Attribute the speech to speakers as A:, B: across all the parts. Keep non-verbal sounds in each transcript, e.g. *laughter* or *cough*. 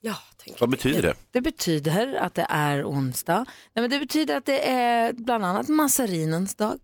A: Ja,
B: Vad betyder det?
A: det betyder att det är onsdag. Nej, men det betyder att det är bland annat massarinens dag.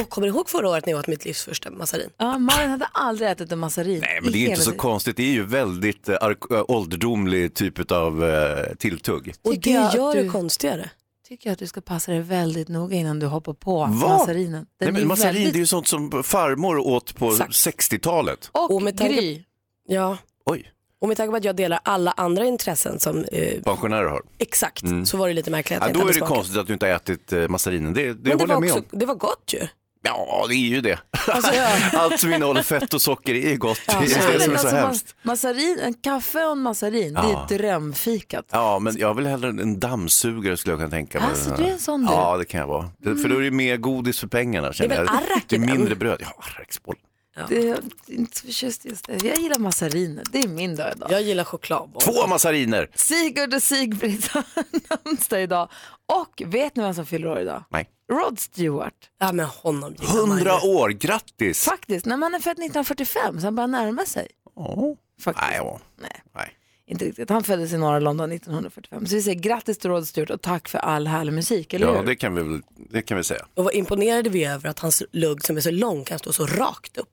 C: Och kommer du ihåg förra året när jag åt mitt livs första massarin?
A: Ja, Malin hade aldrig ätit en massarin.
B: Nej, men det är
A: i
B: ju inte
A: hela
B: så
A: sitt-
B: konstigt. Det är ju väldigt eh, ark- eh, ålderdomlig typ av eh, tilltugg.
C: Och
A: Tycker
C: det
A: jag att
C: gör
A: du-
C: det konstigare.
A: Tycker jag att du ska passa dig väldigt noga innan du hoppar på
B: Va?
A: massarinen. Den
B: Nej,
A: är
B: men massarin,
A: väldigt-
B: det är ju sånt som farmor åt på
C: Exakt.
B: 60-talet.
A: Och,
C: Och med tanke-
A: Gry.
C: Ja.
B: Oj,
C: Och med tanke på att jag delar alla andra intressen som eh,
B: pensionärer har.
C: exakt så var det lite märkligt att
B: Mm. Ja,
C: jag inte
B: då är
C: hade
B: det
C: smakat.
B: konstigt att du inte har ätit eh, massarinen. Det, det
C: Men det
B: håller
C: var,
B: jag med
C: också,
B: om.
C: det var gott ju.
B: Ja, det är ju det.
C: Alltså, ja.
B: *laughs* Allt som innehåller fett och socker är gott. det
A: Ja,
B: är det
A: men
B: som är så
A: alltså,
B: hemskt.
A: mas- Massarin, en kaffe och en massarin,
B: Ja.
A: det är drömfikat.
B: Ja, men jag vill hellre en dammsugare skulle jag kunna tänka mig.
A: Alltså, du är en sån du.
B: Ja, det kan jag vara. Det- För då är det mer godis för pengarna. Känner
C: Det är väl
B: jag.
C: arrak
B: det
C: i
B: är
C: den?
B: mindre bröd. Ja, arraksboll.
A: Det, jag är inte så förtjust i just det. Jag gillar massariner, det är min dag idag.
C: Jag gillar chokladboll.
B: Två massariner!
A: Sigurd och Sigbritt har *laughs* namnsdag idag. Och vet ni vem som fyller år idag?
B: Nej.
A: Rod Stewart.
C: Ja men honom gillar man ju.
B: 100 år, grattis!
A: Faktiskt, när man är född 1945 så han börjar närma sig.
B: Ja.
A: Faktiskt.
B: Nej, ja.
A: Nej,
B: Nej.
A: inte riktigt. Han föddes i norra London 1945. Så vi säger grattis till Rod Stewart och tack för all härlig musik, eller
B: ja,
A: hur?
B: det kan vi väl det kan vi säga.
C: Och vad imponerade vi över att hans lugg som är så lång kan stå så rakt upp.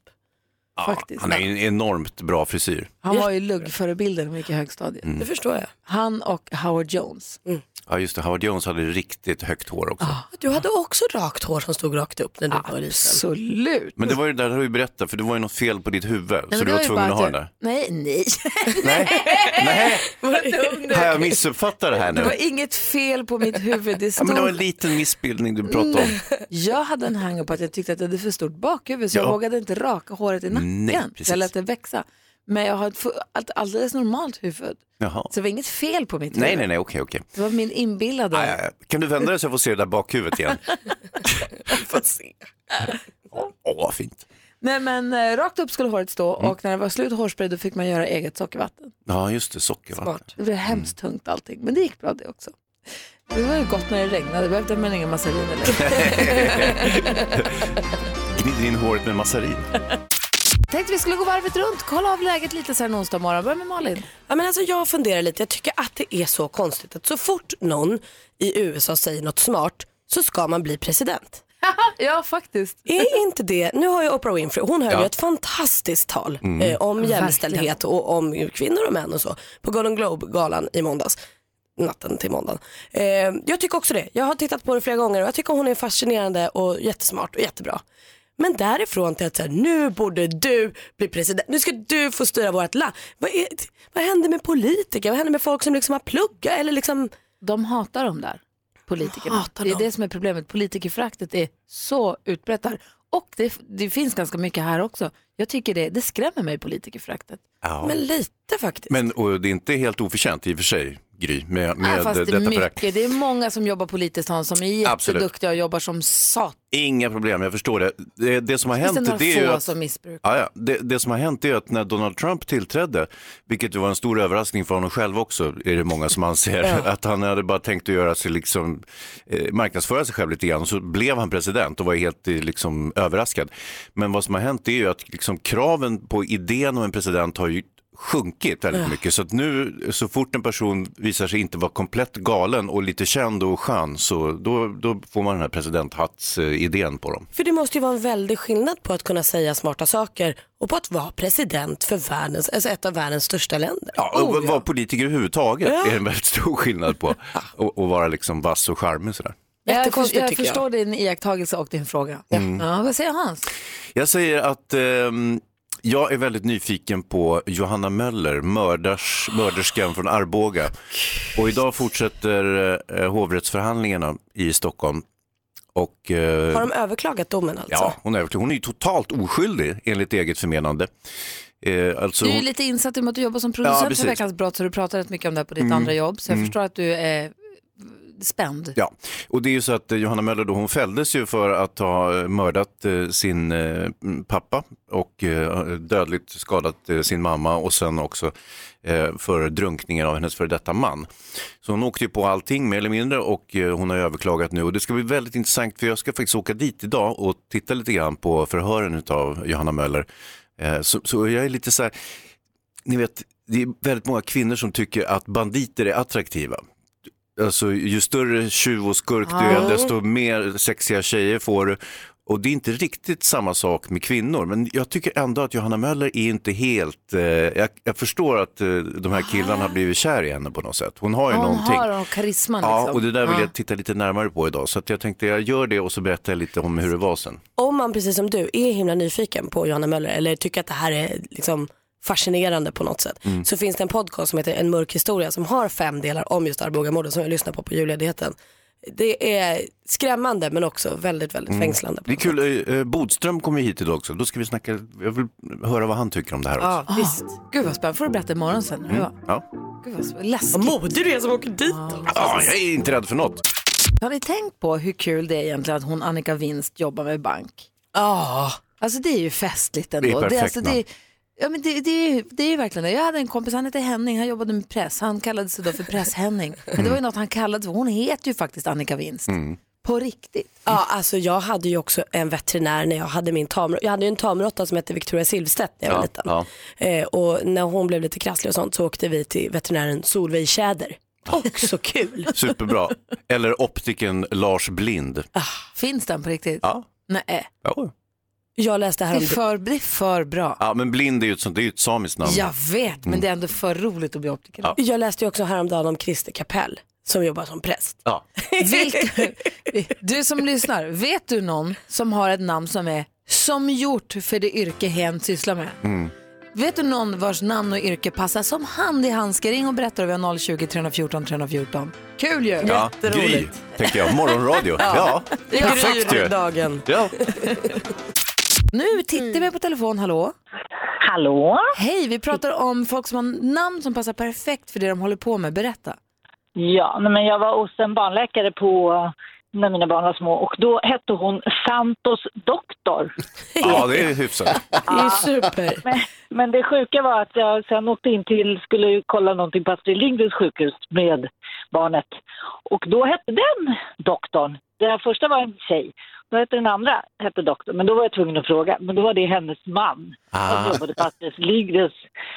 B: Ja,
A: Faktiskt.
B: han har ju en enormt bra frisyr.
A: Han var ju luggförebilden när vi gick i högstadiet.
B: Mm.
C: Det förstår jag.
A: Han och Howard Jones.
B: Ja, just det. Howard Jones hade riktigt högt hår
A: Ah.
B: också.
C: Du hade också rakt hår som stod rakt upp när du var liten.
A: Absolut.
B: Men det var ju det där har du berättat, för det var ju något fel på ditt huvud, så
A: men
B: du
A: det
B: var
A: ju
B: tvungen
A: bara
B: att ha
A: jag-
B: den där.
A: Nej, nej.
B: Nej, nej.
C: *laughs*
B: Har jag missuppfattat det här nu?
A: Det var inget fel på mitt huvud. Det
B: Ja,
A: stod...
B: men det var en liten missbildning du pratade
A: Mm.
B: om.
A: Jag hade en hang på att jag tyckte att jag hade för stort bakhuvud så jag
B: Ja.
A: vågade inte raka håret i nacken.
B: Nej,
A: så
B: precis.
A: jag lät det växa. Men jag har ett fu- allt- alldeles normalt huvud.
B: Jaha.
A: Så det var inget fel på mitt
B: Nej,
A: huvud.
B: nej, nej, okej, okej.
A: Det var min inbillade.
B: Aj, aj, aj. Kan du vända dig så jag får se det där
A: *laughs*
B: bakhuvudet igen?
C: Får se.
B: Åh, vad fint.
A: Nej men eh, rakt upp skulle håret stå
B: Mm.
A: och när det var slut hårspray då fick man göra eget sockervatten.
B: Ja, just det, sockervatten.
A: Det blev hemskt tungt allting. Men det gick bra det också. Det var ju gott när det regnade. Behövde man inga massariner
B: *laughs*
A: längre.
B: Gnider in håret med massarin.
A: Tänkte vi skulle gå varvet runt, kolla av läget lite så här en onsdag morgon. Börja med Malin.
C: Ja, men alltså jag funderar lite, jag tycker att det är så konstigt att så fort någon i USA säger något smart så ska man bli president.
A: Ja faktiskt.
C: Är inte det, nu har jag Oprah Winfrey, hon höll
B: Ja.
C: ju ett fantastiskt tal eh, om jämställdhet och om kvinnor och män och så på Golden Globe-galan i måndags. Natten till måndagen. Eh, jag tycker också det, jag har tittat på det flera gånger och jag tycker hon är fascinerande och jättesmart och jättebra. Men därifrån till att säga nu borde du bli president, nu ska du få styra vårt land. Vad, är, vad händer med politiker, vad händer med folk som liksom har pluggat eller liksom
A: De hatar de där politikerna.
C: Hatar
A: det är
C: dem.
A: det som är problemet. Politikerföraktet är så utbrett där. Och det, det finns ganska mycket här också. Jag tycker det, det skrämmer mig politikerföraktet.
B: Ja.
C: Men lite faktiskt.
B: Men och det är inte helt oförtjänt i och för sig, Gry, med, med
A: Ja, Äh, fast det
B: detta
A: är
B: förakt.
A: mycket. Det är många som jobbar politiskt Hans, som är
B: Absolut.
A: jätteduktiga och jobbar som satan.
B: Inga problem, jag förstår det. Det, det som har
A: Finns det
B: hänt
A: några
B: det är ju
A: få
B: att
A: som missbrukar?
B: Ja, ja. Det, det som har hänt är att när Donald Trump tillträdde, vilket var en stor överraskning för honom själv också, är det många som anser, att han hade bara tänkt att göra sig liksom, eh, marknadsföra sig själv lite grann. Så blev han president och var helt eh, liksom, överraskad. Men vad som har hänt är ju att liksom, kraven på idén om en president har ju sjunkit väldigt mycket. Så att nu så fort en person visar sig inte vara komplett galen och lite känd och skön, så då, då får man den här presidenthattsidén på dem.
C: För det måste ju vara en väldig skillnad på att kunna säga smarta saker och på att vara president för världens, alltså ett av världens största länder. Oh,
B: Ja,
A: Oh,
B: och vara politiker överhuvudtaget är en väldigt stor skillnad på att att vara liksom vass och charmig sådär.
A: Jag, för,
C: Jättekonstigt
A: jag
C: tycker jag.
A: förstår din iakttagelse och din fråga.
B: Mm.
A: Ja, vad säger Hans?
B: Jag säger att ehm, jag är väldigt nyfiken på Johanna Möller, mördars, mörderskan från Arboga. Och idag fortsätter eh, hovrättsförhandlingarna i Stockholm. Och, eh,
C: Har de överklagat domen alltså?
B: Ja, hon är, övertygad. hon är ju totalt oskyldig enligt eget förmenande. Eh, alltså,
A: Du är ju lite insatt i och med att du jobbar som producent
B: Ja,
A: för
B: precis. Mm.
A: Veckans brott så du pratar rätt mycket om det här på ditt andra jobb. Så jag förstår att du är eh, spänd.
B: Ja, och det är ju så att eh, Johanna Möller då, hon fälldes ju för att ha eh, mördat eh, sin eh, m, pappa och eh, dödligt skadat eh, sin mamma och sen också eh, för drunkningen av hennes före detta man. Så hon åkte ju på allting mer eller mindre och eh, hon har ju överklagat nu och det ska bli väldigt intressant för jag ska faktiskt åka dit idag och titta lite grann på förhören av Johanna Möller. Eh, så, så jag är lite så här, ni vet, det är väldigt många kvinnor som tycker att banditer är attraktiva. Alltså ju större tjuv och skurk du är, desto mer sexiga tjejer får du. Och det är inte riktigt samma sak med kvinnor, men jag tycker ändå att Johanna Möller är inte helt, eh, jag, jag förstår att eh, de här killarna har blivit kär i henne på något sätt. Hon har ju
A: Hon
B: någonting.
A: har hon karisman
B: Ja,
A: liksom.
B: och det där vill jag titta lite närmare på idag. Så att jag tänkte jag gör det och så berättar jag lite om hur det var sen.
C: Om man precis som du är himla nyfiken på Johanna Möller eller tycker att det här är liksom fascinerande på något sätt
B: Mm.
C: så finns det en podcast som heter En mörk historia som har fem delar om just Arbogamorden som jag lyssnar på på julledigheten. Det är skrämmande men också väldigt, väldigt fängslande. På
B: Mm. Det är
C: något sätt.
B: kul, eh, eh, Bodström kommer ju hit idag också. Då ska vi snacka, jag vill höra vad han tycker om det här också.
A: Ja, visst. Gud vad spännande. får du berätta imorgon sen.
B: Mm.
A: hur det var.
B: Ja.
A: Gud vad spännande. läskigt.
C: Vad modig du är som åker dit. då.
B: Ja, jag är inte rädd för något.
A: Har ni tänkt på hur kul det är egentligen att hon Annika Winst jobbar med bank?
C: Ja,
A: Alltså det är ju festligt ändå.
B: Det är perfekt,
A: alltså,
B: va?
A: det, ja, men det, det, är- det är ju verkligen det. Jag hade en kompis, han hette Henning, han jobbade med press. Han kallade sig då för Press-Henning.
B: Mm.
A: Men det var ju något han kallade för. Hon heter ju faktiskt Annika Winst. På riktigt.
C: Ja, alltså jag hade ju också en veterinär när jag hade min tam. Jag hade ju en tamråtta som hette Victoria Silvstedt när jag var
B: Ja,
C: liten.
B: ja.
C: Eh, och när hon blev lite krasslig och sånt så åkte vi till veterinären Solveig Tjäder. Också kul.
B: Superbra. Eller optiken Lars Blind.
A: Finns den på riktigt?
B: Ja.
A: Nej,
B: Ja.
C: Jag läste
A: det är
C: härom
A: för, det är för bra.
B: ja, Mm. men Blind är ju ett, sånt, det är ju ett samiskt namn.
A: Jag vet, men det är ändå för roligt att bli optiker.
B: Ja.
C: Jag läste ju också häromdagen om Christer Kapell som jobbar som präst.
B: *laughs* Ja.
A: Vilk- du som lyssnar, vet du någon som har ett namn som är som gjort för det yrke hen sysslar med?
B: Mm.
A: Vet du någon vars namn och yrke passar som hand i handske? Ring och berätta över 020-314 314. Kul ju!
B: Ja, Gry, tänker jag. Morgonradio. Ja, perfekt ju.
C: dagen.
B: Ja.
A: Nu tittar vi på telefon, hallå?
D: Hallå?
A: Hej, vi pratar om folk som har namn som passar perfekt för det de håller på med. Berätta.
D: Ja, nej, men jag var hos en barnläkare på när mina barn var små och då hette hon Santos doktor.
B: ja, det är hyfsat.
C: Det är ju super.
D: Men, men det sjuka var att jag sen åkte in till, skulle ju kolla någonting på Astrid Lindgrens sjukhus med barnet och då hette den doktorn. Den första var en tjej, då hette den andra hette doktorn, men då var jag tvungen att fråga, men då var det hennes man. som jobbade på Astrid Lindgrens.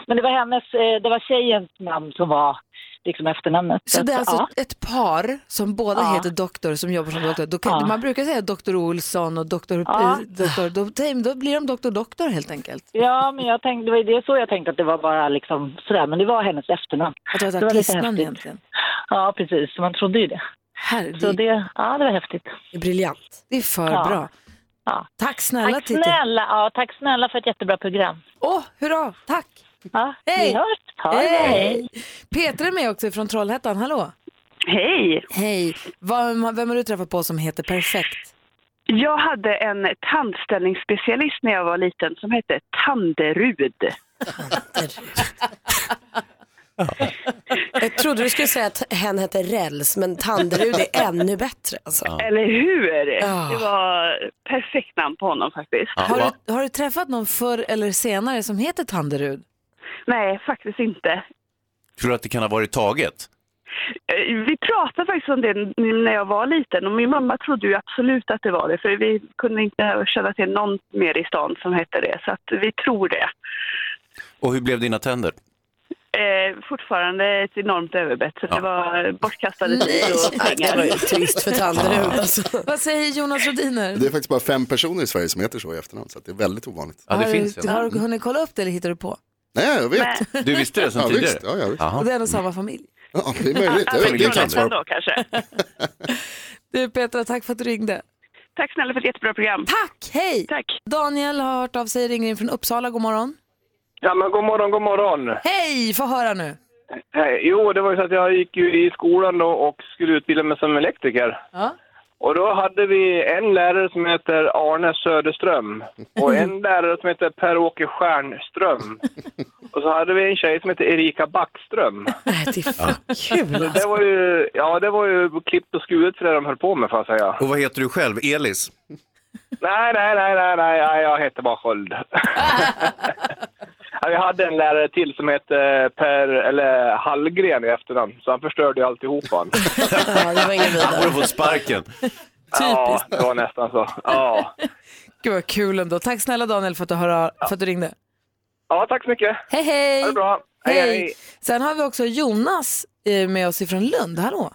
D: Men det var hennes, eh, det var tjejens namn som var liksom efternamnet.
A: Så det är alltså
D: ja.
A: ett par som båda
D: Ja.
A: heter doktor som jobbar som doktor. Då kan,
D: Ja.
A: Man brukar säga doktor Olsson och doktor...
D: Ja.
A: eh, doktor då, då blir de doktor doktor helt enkelt.
D: Ja, men jag tänkte, det var ju det så jag tänkte att det var bara liksom sådär, men det var hennes efternamn.
A: Att det var ett
D: Det var lite
A: artistnamn
D: häftigt.
A: egentligen.
D: Ja, precis, så man trodde ju det. Så
A: Herregud, det,
D: det, ja, det var häftigt.
C: Det är briljant.
A: är för
D: Ja.
A: bra.
D: Ja.
A: Tack snälla
D: Tack
A: Titti.
D: snälla, ja, tack snälla för ett jättebra program.
A: Åh, hurra, tack.
D: Ja,
A: Hej.
D: Vi hörs, ha det. Hej!
A: Petra är med också från Trollhättan, hallå.
E: Hej!
A: Hej, vem, vem har du träffat på som heter perfekt?
E: Jag hade en tandställningsspecialist när jag var liten som hette Tanderud.
C: Jag trodde du skulle säga att hen hette Räls, men Tanderud är ännu bättre. Alltså.
E: Eller hur?
C: Ja.
E: Det var perfekt namn på honom faktiskt.
A: Har,
B: Ja,
A: du, har du träffat någon förr eller senare som heter Tanderud?
E: Nej, faktiskt inte.
B: tror du att det kan ha varit taget?
E: Eh, Vi pratade faktiskt om det n- när jag var liten och min mamma trodde ju absolut att det var det för vi kunde inte känna till någon mer i stan som hette det så att vi tror det.
B: Och hur blev dina tänder?
E: Eh, fortfarande ett enormt överbett så det var bortkastade tid och
C: Det var ju
E: pengar.
C: trist för Tanderud. Alltså.
A: Vad säger Jonas Rodiner?
F: Det är faktiskt bara fem personer i Sverige som heter så i efternamn, så att det är väldigt ovanligt.
B: Ja, det finns
A: har, du,
B: ju.
A: har du hunnit kolla upp det eller hittar du på?
F: Nej, jag vet.
B: Du visste det sen
F: ja,
B: tidigare?
F: visst. Ja, ja, visst.
B: Jaha.
A: Och det är ändå samma familj.
F: ja, det är möjligt. Jag vet, inte.
B: det kan
E: Från
B: vara.
E: Lettland då kanske.
A: Du Petra, tack för att du ringde.
E: Tack snälla för ett jättebra program.
A: Tack, hej!
E: Tack.
A: Daniel har hört av sig, ringer in från Uppsala, god morgon.
G: Ja men god morgon, god morgon.
A: Hej, få höra nu.
G: Hej. Jo, det var ju så att jag gick ju i skolan då och skulle utbilda mig som elektriker.
A: Ja.
G: Och då hade vi en lärare som heter Arne Söderström
A: *laughs*
G: och en lärare som heter Per-Åke Stjernström. Och så hade vi en tjej som heter Erika Backström.
A: Nej, det är fan kul
G: Så det var ju, ja, det var ju klippt och skuret för det de höll på med får jag säga.
B: Och vad heter du själv? Elis?
G: Nej, nej, nej, nej, nej, nej, jag heter bara Sköld. Ja, Vi hade en lärare till som hette eh, Per, eller Hallgren i efternamn, så han förstörde ju alltihopa. Han.
B: Han borde fått sparken.
G: Ja, det var nästan så. Ja,
A: Gud vad kul ändå. Tack snälla Daniel för att du, hör, för att du ringde.
G: ja tack så mycket.
A: Hej hej!
G: Ha det bra. Hej, hej.
A: Sen har vi också Jonas eh, med oss ifrån Lund. Hallå!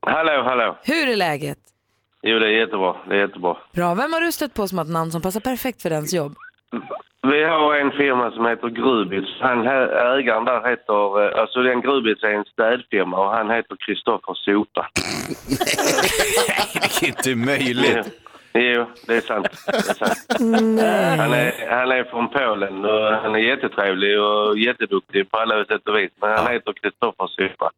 H: Hallå, hallå.
A: Hur är läget?
H: Jo, det är jättebra. Det är jättebra.
A: Bra. Vem har du stött på som har ett namn som passar perfekt för dens jobb?
H: Vi har en firma som heter Grubitz. Han, här- ägaren där heter... eh, Alltså den Grubitz är en städfirma och han heter Kristoffer Sota.
B: Det är inte möjligt.
H: Jo, det är sant. Det är sant. Han, är, han är från Polen och han är jättetrevlig och jätteduktig på alla sätt och vis. Men han heter Kristoffer Sota.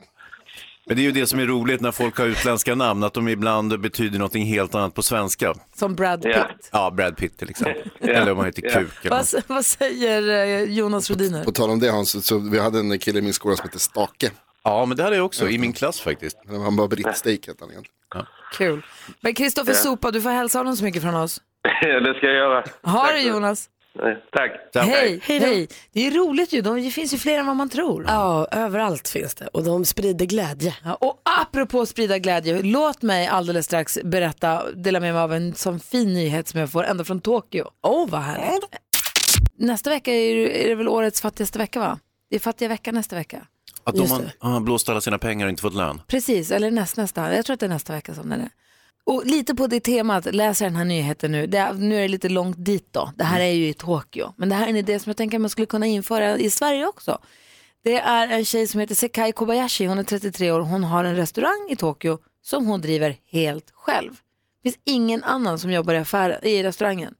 B: Men det är ju det som är roligt när folk har utländska namn, att de ibland betyder något helt annat på svenska.
A: Som Brad Pitt.
B: Ja, Brad Pitt till exempel.
F: Ja.
B: Eller om man heter
F: Ja.
B: Kuk. Eller
A: Vad, *laughs* s- vad säger eh, Jonas Rhodiner?
F: På tal om det Hans, så vi hade en kille i min skola som hette Stake.
B: Ja, men det hade jag också, i min klass faktiskt.
F: Han var brittsteak hette han egentligen.
A: Kul. Men Kristoffer
H: Ja.
A: Sopa, du får hälsa honom så mycket från oss.
H: *laughs* det ska jag göra.
A: Ha det Jonas!
H: Eh, Tack.
A: Hej! Hej! Det är roligt ju, de, det finns ju fler än vad man tror.
C: Ja, överallt finns det och de sprider glädje.
A: Ja, Och apropå sprida glädje, låt mig alldeles strax berätta, dela med mig av en sån fin nyhet som jag får ända från Tokyo. Åh, vad härligt. Nästa vecka är det, är det väl årets fattigaste vecka, va? Det är fattiga vecka nästa vecka.
B: Att de har har blåst alla sina pengar och inte fått lön.
A: Precis, eller näst, nästa. Jag tror att det är nästa vecka som den är. Och lite på det temat, läser den här nyheten nu. Det, är- nu är det lite långt dit då. Det här är ju i Tokyo. Men det här är en idé som jag tänker att man skulle kunna införa i Sverige också. Det är en tjej som heter Sekai Kobayashi. Hon är 33 år. Hon har en restaurang i Tokyo som hon driver helt själv. Det finns ingen annan som jobbar i, affär, i restaurangen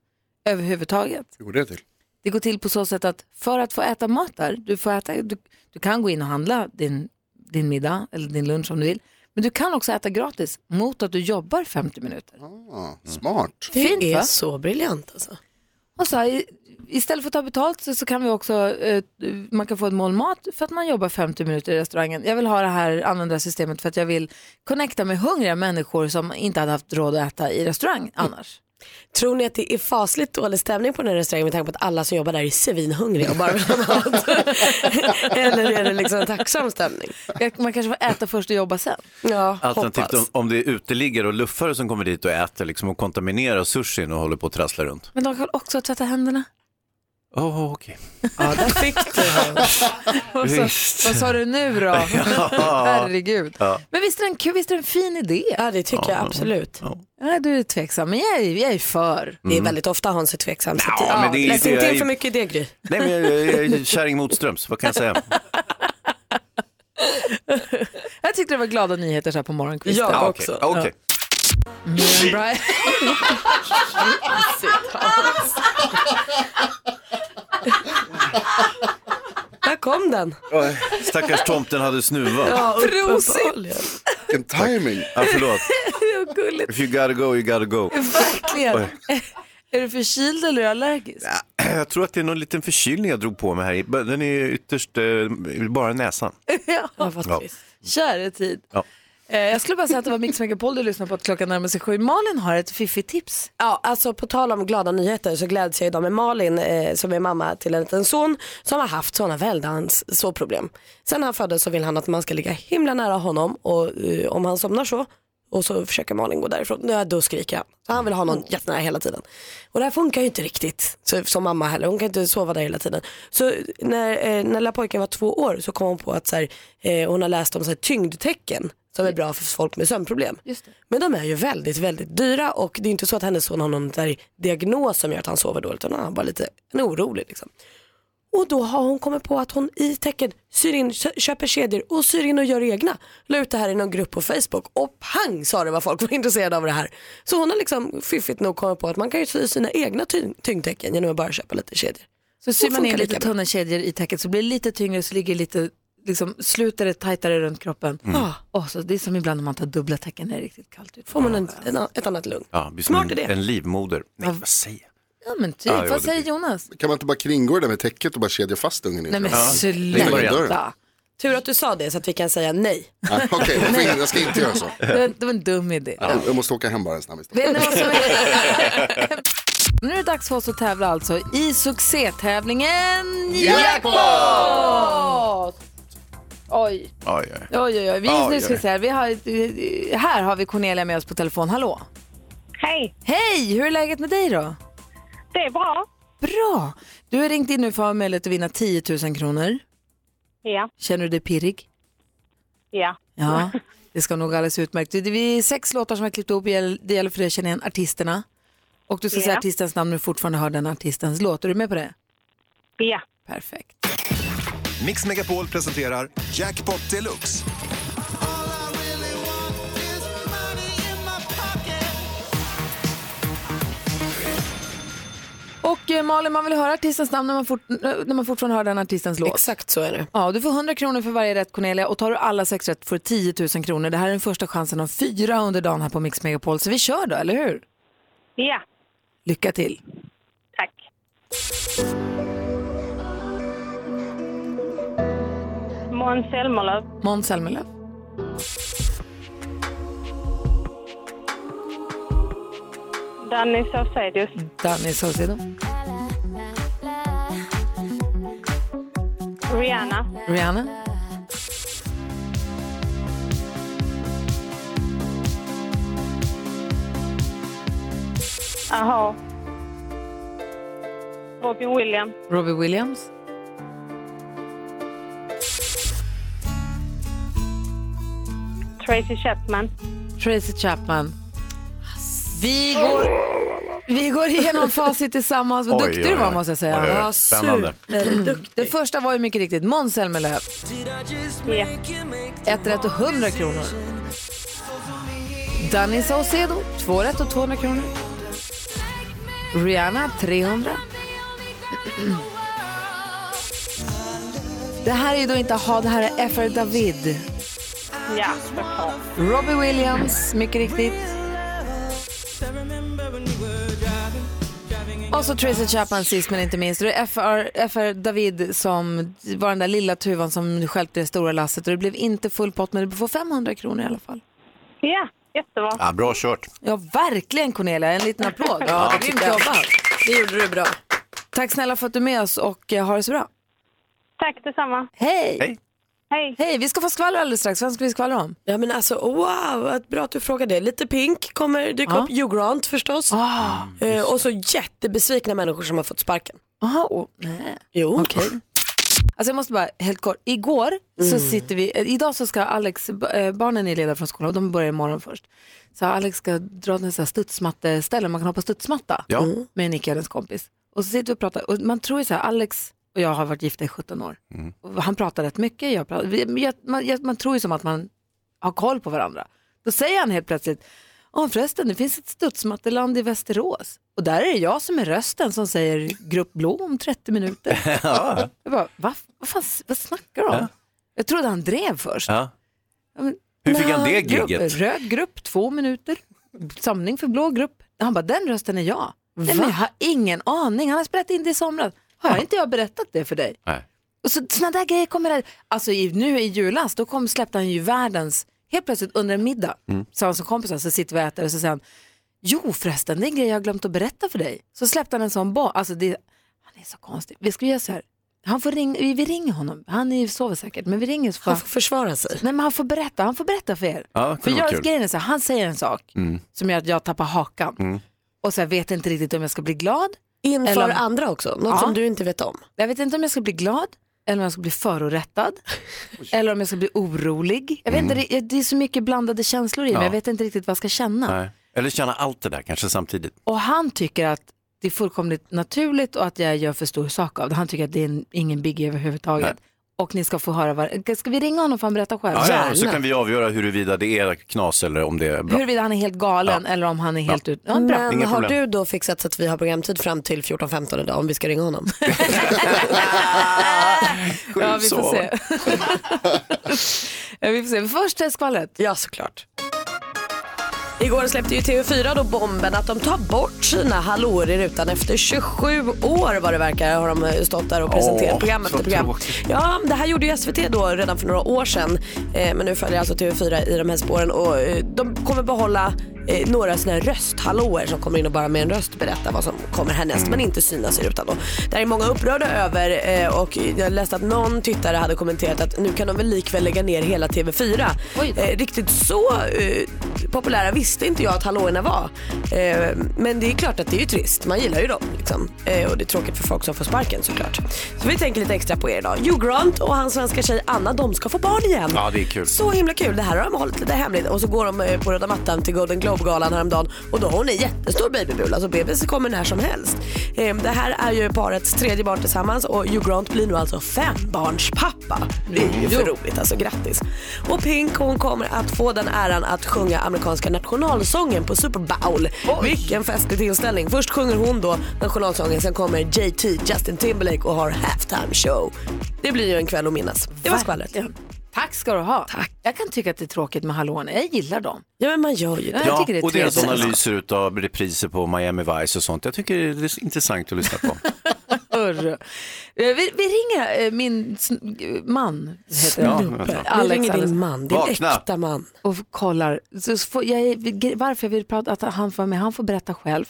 A: överhuvudtaget.
F: Gjorde det till.
A: Det går till på så sätt att för att få äta mat där, du, får äta, du, du kan gå in och handla din, din middag eller din lunch om du vill, men du kan också äta gratis mot att du jobbar 50 minuter.
F: Ah, smart.
C: Det
A: Fint,
C: är
A: va?
C: så briljant alltså.
A: Och så här, i- istället för att ta betalt så, så kan vi också, eh, man kan få ett mål mat för att man jobbar 50 minuter i restaurangen. Jag vill ha det här, använda det här systemet för att jag vill connecta med hungriga människor som inte hade haft råd att äta i restaurang annars.
C: Tror ni att det är fasligt dålig stämning på den här restaurangen med tanke på att alla som jobbar där är svinhungriga och bara vill ha mat? Eller är det liksom en tacksam stämning?
A: Man kanske får äta först och jobba sen.
C: Ja,
B: Alternativt om, om det är uteliggare och luffare som kommer dit och äter liksom, och kontaminerar sushin och håller på att trassla runt.
A: Men de kan också tvätta händerna.
B: Oh, okej.
A: Vad sa,
B: Visst.
A: vad sa du nu då?
B: *laughs* Ja.
A: Herregud.
B: Ja.
A: Men visst är, den, kul, visst är det en fin idé?
C: Ja, det tycker jag absolut.
A: Nej, du är tveksam, men jag är, jag är för.
C: Det är väldigt ofta Hans är tveksam. så att-
B: Mm. Ja, men det är-
C: Läs
B: det
C: inte
B: är-
C: in för mycket i det Gry.
B: Nej, men jag- jag jag är kärring motströms, vad kan jag säga?
A: Jag tyckte det var glada nyheter så här på morgonkvisten.
B: Ja, okej. Ja, okej.
A: Miriam
B: *laughs*
A: *laughs* Bryant.
B: alltså.
C: Där kom den.
B: Stackars tomten hade snuva.
F: Vilken timing.
B: Ja, förlåt.
A: *laughs* Det var gulligt.
B: If you gotta go, you gotta go.
A: *laughs* Verkligen.
B: Oj.
A: Är du förkyld eller är du allergisk?
B: Jag tror att det är någon liten förkylning jag drog på mig här. i- Den är ytterst, eh, bara näsan.
A: *laughs* Ja.
B: Ja.
A: Käre tid.
B: Ja.
A: Eh, Jag skulle bara säga att det var Mix Megapol du lyssnade på att klockan närmar sig sju. Malin har ett fiffigt tips.
C: Ja, alltså på tal om glada nyheter så gläds jag idag med Malin eh, som är mamma till en liten son som har haft sådana väldans sårproblem. Sen han föddes så vill han att man ska ligga himla nära honom och eh, om han somnar så och så försöker Malin gå därifrån, ja, då skriker han. Så han vill ha någon jättenära hela tiden. Och det här funkar ju inte riktigt så, som mamma heller, hon kan inte sova där hela tiden. Så när, eh, när lilla pojken var två år så kom hon på att så här, eh, hon har läst om så här, tyngdtecken som är bra för folk med sömnproblem. Men de är ju väldigt, väldigt dyra och det är inte så att hennes son har någon där diagnos som gör att han sover dåligt utan han är bara lite han är orolig. Liksom. Och då har hon kommit på att hon i tecken syr in, kö- köper kedjor och syr in och gör egna. La ut det här i någon grupp på Facebook och pang sa det vad folk var intresserade av det här. Så hon har liksom fiffigt nog kommit på att man kan ju sy sina egna tyng- tyngdtecken genom att bara köpa lite kedjor.
A: Så syr
C: Det
A: man in
C: funkar
A: lite
C: lika bra.
A: tunna kedjor i täcket så blir det lite tyngre så ligger det lite liksom, sluter det tajtare runt kroppen.
C: Mm.
A: Och så, det är som ibland när man tar dubbla täcken när det är riktigt kallt ute.
C: Får man en, en, ett annat lugn.
B: Ja, vi som
C: Smart
B: en,
C: idé.
B: en livmoder. Nej, vad säger jag?
A: Ja men typ,
B: Ja, ja,
A: vad
B: det-
A: säger Jonas?
F: Kan man inte bara kringgå det där med täcket och bara kedja fast ungen i
A: Nej, men
F: Ja.
A: sluta.
F: Lägg den i dörren.
C: Tur att du sa det så att vi kan säga nej.
F: Ja, Okej, jag får in- jag ska inte göra så.
A: *laughs* Det var, det var en dum idé.
F: Jag- Jag måste åka hem bara en snabbis.
A: Vet ni vad som Nu är det dags för oss att tävla alltså i succétävlingen
I: Jackpot!
A: Oj,
B: Oj, oj.
A: oj, oj. oj. Vi,
B: Oj,
A: nu ska
B: oj.
A: vi se här. Vi har, här har vi Cornelia med oss på telefon. Hallå! Hej! Hej! Hur är läget med dig då? Det är bra. Bra! Du har ringt in nu för att ha möjlighet att vinna 10 000 kronor.
J: Ja,
A: Känner du dig pirrig?
J: ja.
A: Ja, det ska nog alldeles utmärkt. Det det är sex låtar som jag klippt ihop. Det gäller för dig att känna igen artisterna. Och du ska
J: Ja.
A: säga artistens namn när du fortfarande hör den artistens låt. Är du med på det?
J: Ja.
A: Perfekt.
K: Mix Megapol presenterar Jackpot Deluxe.
A: Och eh, Malin, man vill höra artistens namn när man, fort, när man fortfarande hör den artistens låt.
C: Exakt så är det.
A: Ja, du får 100 kronor för varje rätt Cornelia och tar du alla sex rätt får du 10 000 kronor. Det här är den första chansen av fyra under dagen här på Mix Megapol. Så vi kör då, eller hur?
J: Ja.
A: Lycka till.
J: Tack. Måns Zelmerlöw.
A: Måns Zelmerlöw.
J: Danny Saucedos.
A: Danny Saucedo.
J: Rihanna.
A: Rihanna.
J: Aha. Robin Williams.
A: Robbie Williams.
J: Tracy Chapman.
A: Tracy Chapman. Vi går, vi går
J: *laughs*
A: igenom facit tillsammans. Vad
J: Oj,
A: duktig
J: oj,
A: du var
J: oj.
A: måste jag säga.
J: Oj, oj, oj.
A: Ja,
J: Spännande.
A: superduktig. Det första var ju mycket riktigt Måns Zelmerlöw.
J: Ja.
A: Ett rätt och 100 kronor. Danny Saucedo, två rätt och 200 kronor. Rihanna, 300. Det här är ju då inte ha, det här är FR David.
J: Ja, såklart.
A: Robbie Williams, mycket riktigt. Och så Tracy Chapman sist men inte minst. Det är FR, FR David som var den där lilla tuvan som stjälpte det stora lasset och det blev inte full pott men du får 500 kronor i alla fall.
J: Ja, jättebra.
B: Ja, bra
A: *laughs*
B: kört.
A: Ja, verkligen Cornelia. En liten applåd.
B: Ja, det
A: Grymt
B: tycker jag.
A: jobbat. Det gjorde du bra. Tack snälla för att du är med oss och eh, ha det så bra.
J: Tack detsamma.
A: Hej!
B: Hej!
J: Hej!
A: Hej, vi ska få skvaller alldeles strax. Vem ska vi skvallra om?
C: Ja men alltså wow, vad bra att du frågade. Lite Pink kommer dyka
A: Ja.
C: upp, Hugh Grant förstås. eh, och så jättebesvikna människor som har fått sparken.
A: Aha, oh, nej.
C: Jo.
A: Alltså jag måste bara, helt kort. Igår så sitter vi, eh, idag så ska Alex, b- eh, barnen är lediga från skolan och de börjar imorgon först. Så Alex ska dra till en sån här studsmatteställe, man kan hoppa studsmatta
L: Ja. Mm.
A: med Nicky och hennes kompis. Och så sitter vi och pratar, och man tror ju så här, Alex och jag har varit gifta i 17 år. Och Han pratar rätt mycket, jag pratar, vi- men jag, man, jag, man tror ju som att man har koll på varandra. Då säger han helt plötsligt, Åh, förresten det finns ett studsmatteland i Västerås och där är det jag som är rösten som säger grupp blå om 30 minuter.
B: Ja.
A: Jag bara, Va, vad, fan, vad snackar du om?
B: Ja.
A: Jag trodde han drev först.
B: Ja.
A: Ja, men-
B: Hur fick han det
A: Grupp,
B: gigget?
A: röd grupp, två minuter, samling för blå grupp. Han bara, den rösten är jag. Nej, men jag har ingen aning, han har spelat in det i somras. Har jag inte jag berättat det för dig?
B: Nej.
A: Och så, såna där grejer kommer där. Alltså i, nu i julas, då kom, släppte han ju världens, helt plötsligt under en middag,
J: Mm.
A: sa han som kompisar, så sitter vi och äter och så säger han, jo förresten, det är en grej jag har glömt att berätta för dig. Så släppte han en sån bomb, alltså det, han är så konstig. Vi ska göra så här, han får ring, vi vi ringer honom, han är ju sover säkert, men vi ringer så får han får
C: försvara sig.
A: Nej men han får berätta, han får berätta för er.
B: Ja,
A: för
B: det var
A: jag,
B: kul.
A: grejen är så här, han säger en sak
B: Mm.
A: som gör att jag tappar hakan
B: Mm.
A: och så här, vet inte riktigt om jag ska bli glad.
C: Inför
A: eller om-
C: andra också, något som du inte vet om.
A: Jag vet inte om jag ska bli glad eller om jag ska bli
B: *laughs*
A: förorättad eller om jag ska bli orolig. Jag vet
B: Mm.
A: inte, det, det är så mycket blandade känslor i mig,
B: Ja.
A: jag vet inte riktigt vad jag ska känna.
B: Nej. Eller känna allt det där kanske samtidigt.
A: Och han tycker att det är fullkomligt naturligt och att jag gör för stor sak av det. Han tycker att det är en, ingen biggie överhuvudtaget. och ni ska få höra vad... Ska vi ringa honom för han berättar själv?
B: Ja, ja, så kan vi avgöra huruvida det är knas eller om det är bra.
A: Huruvida han är helt galen eller om han är helt ut... Ja, bra.
C: Men
B: Inga
C: har
B: problem.
C: du då fixat så att vi har programtid fram till 14.15 idag om vi ska ringa honom?
A: *laughs*
C: *laughs*
A: Ja, vi får se. *laughs* ja, vi får se. Först är skvallret.
C: Ja, såklart. Igår släppte ju TV4 då bomben att de tar bort sina hallåor i rutan efter 27 år vad det verkar har de eh, stått där och presenterat
L: Åh,
C: program
L: så
C: efter program.
L: tråkigt.
C: Ja, det här gjorde ju SVT då redan för några år sedan eh, men nu följer alltså TV4 i de här spåren och eh, de kommer behålla eh, några sådana här rösthallåor som kommer in och bara med en röst berätta vad som kommer härnäst
L: Mm.
C: men inte synas i rutan då. Där är många upprörda över eh, och jag läste att någon tittare hade kommenterat att nu kan de väl likväl lägga ner hela TV4. Eh, riktigt så eh, populära visste inte jag att hallåorna var. Eh, men det är klart att det är ju trist. Man gillar ju dem. Liksom. Eh, och det är tråkigt för folk som får sparken såklart. Så vi tänker lite extra på er idag. Hugh Grant och hans svenska tjej Anna, de ska få barn igen.
B: Ja, det är kul.
C: Så himla kul. Det här har de hållit lite hemligt. Och så går de eh, på röda mattan till Golden Globe-galan häromdagen och då har hon en jättestor babybula. Alltså bebis kommer när som helst. Eh, Det här är ju parets tredje barn tillsammans och Hugh Grant blir nu alltså fembarnspappa. Det är ju för roligt alltså, grattis. Och Pink hon kommer att få den äran att sjunga amerikanska nationalsången på Super Bowl. Vilken festlig tillställning. Först sjunger hon då nationalsången, sen kommer JT, Justin Timberlake och har halftime show. Det blir ju en kväll att minnas. Det var skvallret.
A: Tack ska du ha. Tack. Jag kan tycka att det är tråkigt med hallåorna. Jag gillar dem.
C: Ja, men man gör ju
A: det.
B: Ja,
A: jag tycker det är
B: och deras
A: trevligt.
B: analyser av repriser på Miami Vice och sånt. Jag tycker det är intressant att lyssna på.
A: Urr. Eh, Vi, vi ringer eh, min sn- man, heter
B: Ja,
A: han.
B: vänta.
C: Vi ringer din man, din
B: Vakna.
C: äkta man.
A: Och kollar. Så får jag, är- varför jag vill prata, att han får vara med, han får berätta själv.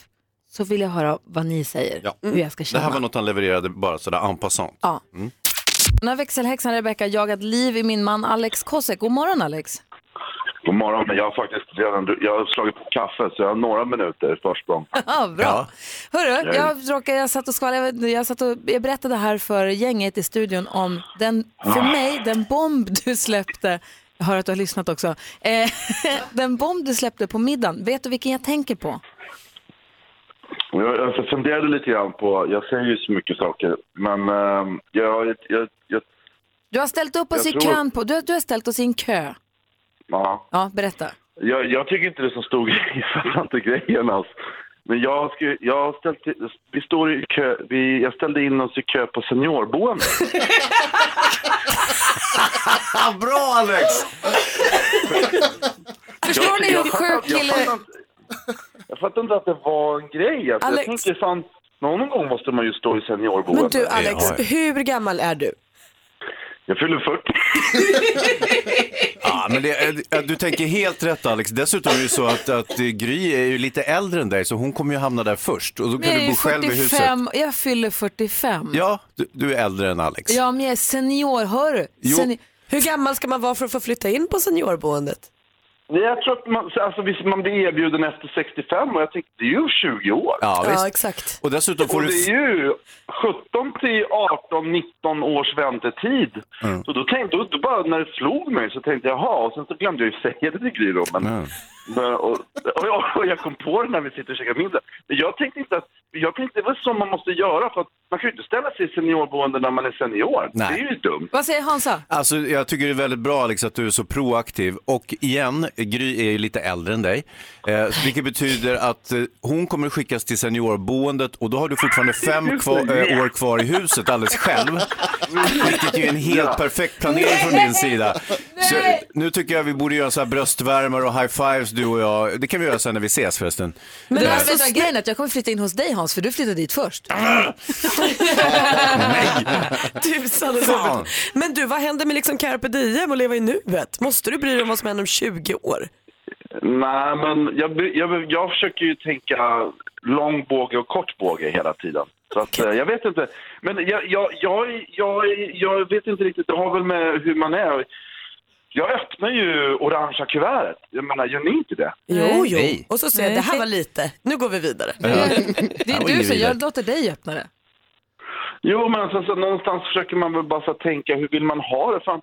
A: Så vill jag höra vad ni säger, hur jag ska
B: Det
A: känna.
B: här var något han levererade bara sådär en passant.
A: Ja.
B: Mm.
A: Nu har växelhäxan Rebecka jagat liv i min man Alex Kosek. God morgon Alex.
M: God morgon, men jag har faktiskt redan jag har slagit på kaffe så jag har några minuter försprång.
A: Ja, Bra. Hörru,
M: Hej.
A: jag, råkade, jag satt och skvallrade, jag, satt och, jag berättade här för gänget i studion om den, för
M: Ah.
A: mig, den bomb du släppte, jag hör att du har lyssnat också, eh, *laughs* den bomb du släppte på middagen, vet du vilken jag tänker på?
M: Och Jag, jag funderade lite grann på, jag säger ju så mycket saker, men eh, jag, jag, jag,
A: Du har ställt upp oss
M: Jag
A: i
M: tror-
A: kön på, du, har- du har ställt oss i en kö.
M: ja.
A: Ja, berätta.
M: jag, jag tycker inte det är så stor *laughs* grej, jag fattar inte grejen alls. Men jag, ska, ju- jag, har ställt, vi står i kö, vi, jag ställde in oss i kö på
A: *laughs*
M: seniorboende.
B: Bra Alex!
A: Förstår ni hur
M: jag fattar-
A: sjuk kille...
M: jag fattar Jag fattar inte att det var en grej. Alltså,
C: Alex.
M: Jag tänker fan, någon gång måste man ju stå i seniorboende.
C: Men du Alex,
M: Ja, ja.
C: hur gammal är du?
M: Jag fyller 40.
B: Ja, men det, eh, du tänker helt rätt Alex. Dessutom är det ju så att, att eh, Gry är ju lite äldre än dig så hon kommer ju hamna där först och då kan
A: Jag
B: du
A: är
B: bo själv i huset.
A: 45, jag fyller 45.
B: Ja, du, du är äldre än Alex.
A: Ja, men jag är senior, hör du?
B: Jo.
A: Seni-
C: Hur gammal ska man vara för att få flytta in på seniorboendet?
M: Nej, Jag tror att man, alltså, visst, man blir erbjuden efter 65 och jag tänkte det är ju 20 år.
B: Ja, visst. Ja,
C: exakt.
B: *laughs* Och dessutom får
M: och
B: du-
M: det är ju 17 till 18, 19 års väntetid.
B: Mm.
M: Så då tänkte jag, då bara när det slog mig så tänkte jag, jaha, och sen så glömde jag ju säga det till Gry då. Men,
B: Mm.
M: men- och, och, jag- och jag kom på det när vi sitter och käkar middag. Men jag tänkte inte att, jag tänkte det var så man måste göra för att man kan ju inte ställa sig i seniorboende när man är senior.
B: Nej.
M: Det är ju dumt.
A: Vad säger Hansa?
B: Alltså, jag tycker det är väldigt bra Alex att du är så proaktiv. Och igen, Gry är ju lite äldre än dig. Eh, vilket betyder att eh, hon kommer skickas till seniorboendet och då har du fortfarande fem kvar, eh, år kvar i huset alldeles själv. Vilket är ju en helt perfekt planering från din sida. Så, nu tycker jag vi borde göra så här bröstvärmar och high-fives du och jag. Det kan vi göra sen när vi ses förresten.
A: Men
B: Eh,
A: alltså, vet du vad grejen är att jag kommer flytta in hos dig Hans, för du flyttade dit först.
C: Tusan och
B: Fan.
C: dubbelt. Men du, vad händer med liksom carpe diem och leva i nuet? Måste du bry dig om vad som händer om 20 år?
M: Nej, men jag, bry- jag, jag försöker ju tänka lång båge och kort båge hela tiden. Så att, eh, jag vet inte. Men jag, jag, jag, är- jag, är- jag vet inte riktigt, det har väl med hur man är. Jag öppnar ju orangea kuvertet. Jag menar, gör ni inte det?
C: Jo, jo.
M: Nej.
C: Och så säger jag, det här var lite, nu går vi vidare.
F: *laughs*
A: Det är du som jag låter dig öppna det.
M: Jo, men alltså, så någonstans försöker man väl bara så här tänka, hur vill man ha det? Fan,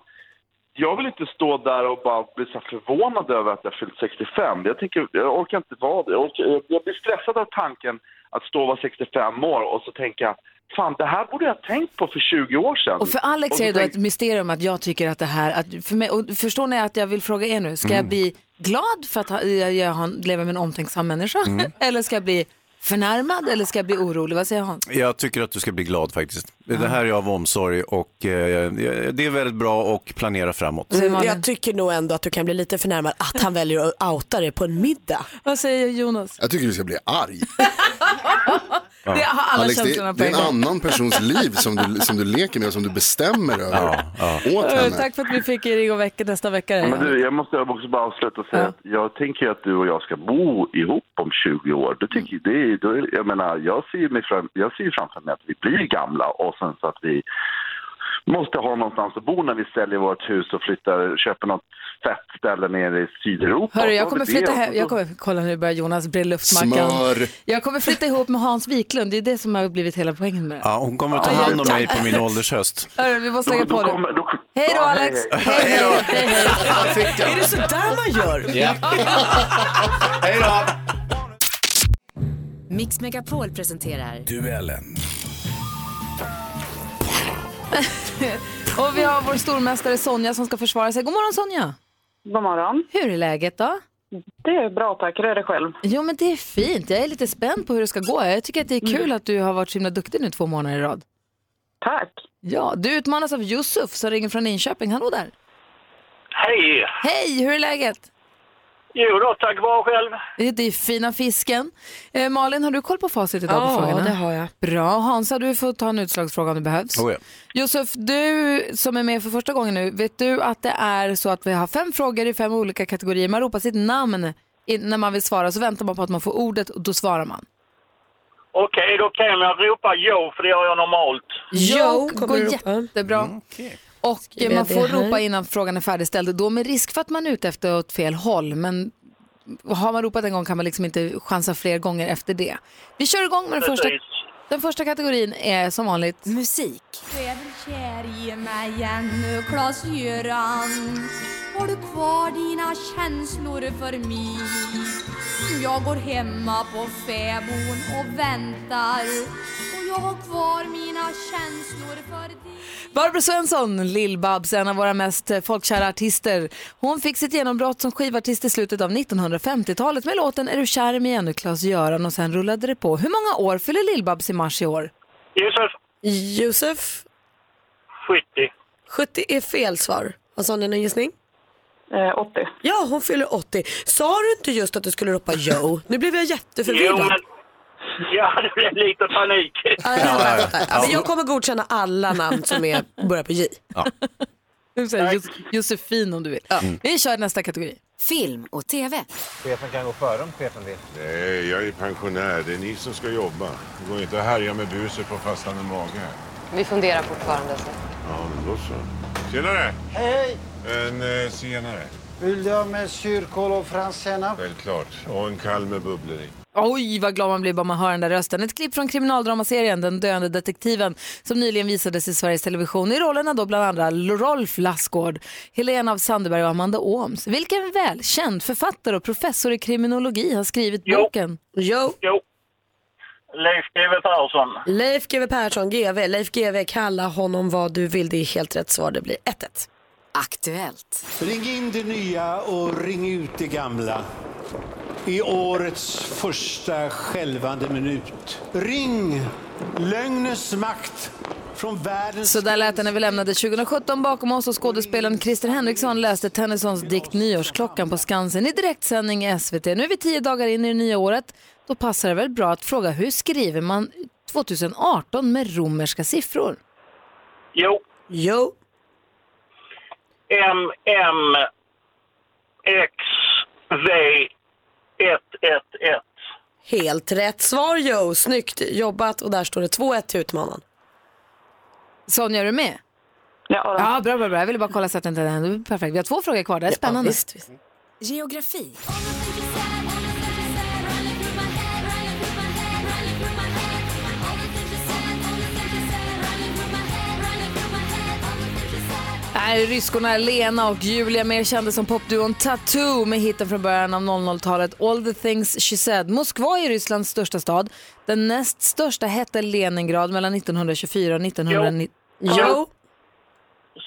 M: jag vill inte stå där och bara bli så här förvånad över att jag fyllt 65. Jag, tänker, jag orkar inte vara det. Jag, orkar, jag blir stressad av tanken att stå och vara 65 år och så tänka, fan det här borde jag ha tänkt på för 20 år sedan.
A: Och för Alex
M: så
A: är det då
M: tänkte-
A: ett mysterium att jag tycker att det här, att för mig, och förstår ni att jag vill fråga er nu, ska jag
M: Mm.
A: bli glad för att ha- jag, jag har- lever med en omtänksam människa?
B: Mm.
A: *laughs* eller ska jag bli förnärmad eller ska jag bli orolig? Vad säger Hans?
B: Jag tycker att du ska bli glad faktiskt. Det här är av omsorg och eh, det är väldigt bra och planera framåt.
C: Mm, jag tycker nog ändå att du kan bli lite förnärmad att han väljer att outa dig på en middag.
A: Vad säger Jonas?
F: Jag tycker du ska bli arg.
A: Ja. Det har alla
F: Alex,
A: känslorna
F: det,
A: på
F: det är
A: en
F: en
A: gång.
F: annan
A: *laughs*
F: persons liv som du, som du leker med och som du bestämmer över åt
A: Eh,
F: henne.
A: Tack för att vi fick er igång vecka nästa vecka.
M: Ja, Men du, jag måste också bara avsluta och säga att jag tänker ju att du och jag ska bo ihop om 20 år. Det tycker jag, det, är- då, är- jag menar, jag ser ju mig fram, jag ser ju framför mig att vi blir gamla och sen så att vi måste ha någonstans att bo när vi säljer vårt hus och flyttar, köper något fett ställe nere i Sydeuropa.
A: Hörru,
M: Och
A: jag
M: så
A: kommer
M: har vi
A: flytta
M: det.
A: hem, jag kommer, kolla nu börjar Jonas bre luftmackan.
B: Smör.
A: Jag kommer flytta ihop med Hans Wiklund, det är det som har blivit hela poängen med det.
B: Ja, hon kommer att ta hand om mig på min åldershöst.
A: Hörru, vi måste lägga
B: Då-
A: på
B: då
A: det.
B: kommer-
A: Hej då
B: Ja, hej,
A: Alex!
B: hej.
A: Hej, hej,
B: Hej
A: hej, hej.
C: Är det så där man gör?
B: Ja. Hej då!
L: Mix Megapol presenterar...
N: Duellen.
A: Och vi har vår stormästare Sonja som ska försvara sig. God morgon Sonja!
J: God morgon.
A: Hur är läget då?
J: Det är bra tack, hur är det själv?
A: Jo men det är fint, jag är lite spänd på hur det ska gå. Jag tycker att det är kul att du har varit så himla duktig nu två månader i rad.
J: Tack!
A: Ja, du utmanas av Yusuf som ringer från Linköping. Hallå där!
O: Hej!
A: Hej, hur är läget?
O: Jo då, tack vare själv.
A: Det det är fina fisken. Eh, Malin, har du koll på facit idag
C: Ja,
A: på frågorna?
C: det har jag.
A: Bra. Hansa, du får ta en utslagsfråga om det behövs.
C: Oh ja.
A: Josef, du som är med för första gången nu, vet du att det är så att vi har fem frågor i fem olika kategorier. Man ropar sitt namn i- när man vill svara, så väntar man på att man får ordet och då svarar man.
O: Okej, då kan jag ropa jo, för det gör jag normalt.
A: Jo, går jättebra.
C: Mm.
A: Och eh, man
O: det
A: får
O: här.
A: ropa innan frågan är färdigställd, då med risk för att man är ute efter åt fel håll. Men har man ropat en gång kan man liksom inte chansa fler gånger efter det. Vi kör igång med den första.
O: Precis.
A: Den första kategorin är som vanligt musik.
P: Du är väl kär i mig ännu, Klas-Göran? Har du kvar dina känslor för mig? Jag går hemma på fäbon och väntar och jag har kvar mina känslor för dig
A: Barbro Svensson, Lill-Babs, en av våra mest eh, folkkära artister. Hon fick sitt genombrott som skivartist i slutet av 1950-talet med låten Är du kär i mig ännu, Klas-Göran? Och sen rullade det på. Hur många år fyller Lill-Babs i mars i år?
O: Josef,
C: Josef,
O: 70.
C: 70 är fel svar. Vad sa ni, någon gissning?
J: 80.
C: Ja, hon fyller 80. Sa du inte just att du skulle ropa Joe? Nu blev jag jätteförvirrad.
O: Jo, men... Ja, det blev lite panik.
C: Ja, men jag kommer godkänna alla namn som är, börjar på J.
A: Du säger Jos- Josefin om du vill. Vi kör nästa kategori.
L: Film och TV.
Q: Chefen kan gå före om chefen vill.
R: Nej, jag är pensionär. Det är ni som ska jobba. Det går inte att härja med buset på fastande mage.
S: Vi funderar fortfarande. Så.
R: Ja, men då så. Tjenare!
Q: Hej!
R: En eh, senare.
Q: Vill du ha med surkål och fransk senap?
R: Självklart. Och en kall med bubblor i.
A: Oj, vad glad man blir bara man hör den där rösten. Ett klipp från kriminaldramaserien Den döende detektiven som nyligen visades i Sveriges Television i rollerna då bland andra Rolf Lassgård, Helena av Sandberg och Amanda Ooms. Vilken välkänd författare och professor i kriminologi har skrivit boken?
C: Jo.
O: jo. Leif GW Persson.
C: Leif GW Persson, GV. Leif GW, kalla honom vad du vill. Det är helt rätt svar. Det blir 1-1.
L: Aktuellt.
Q: Ring in det nya och ring ut det gamla. I årets första skälvande minut. Ring lögnens makt från världens...
A: Så där lät det när vi lämnade 2017 bakom oss och skådespelaren Christer Henriksson läste Tennysons dikt Nyårsklockan på Skansen i direktsändning i SVT. Nu är vi tio dagar in i det nya året. Då passar det väl bra att fråga hur skriver man 2018 med romerska siffror?
O: Jo.
C: Jo.
O: M, M, X, V, 1, 1, 1.
C: Helt rätt svar Joe. Snyggt jobbat. Och där står det 2-1 till utmanaren.
A: Sonja, är du med?
J: Ja,
A: ja bra, bra, bra. Jag ville bara kolla så att det inte hände. Perfekt. Vi har två frågor kvar. Det är spännande.
C: visst,
L: Geografi.
A: Nej, Här är Äh, ryskorna Lena och Julia mer kända som popduon Tattoo med hitten från början av 00-talet All the things she said. Moskva är Rysslands största stad. Den näst största hette Leningrad mellan 1924 och 1990.
C: Jo.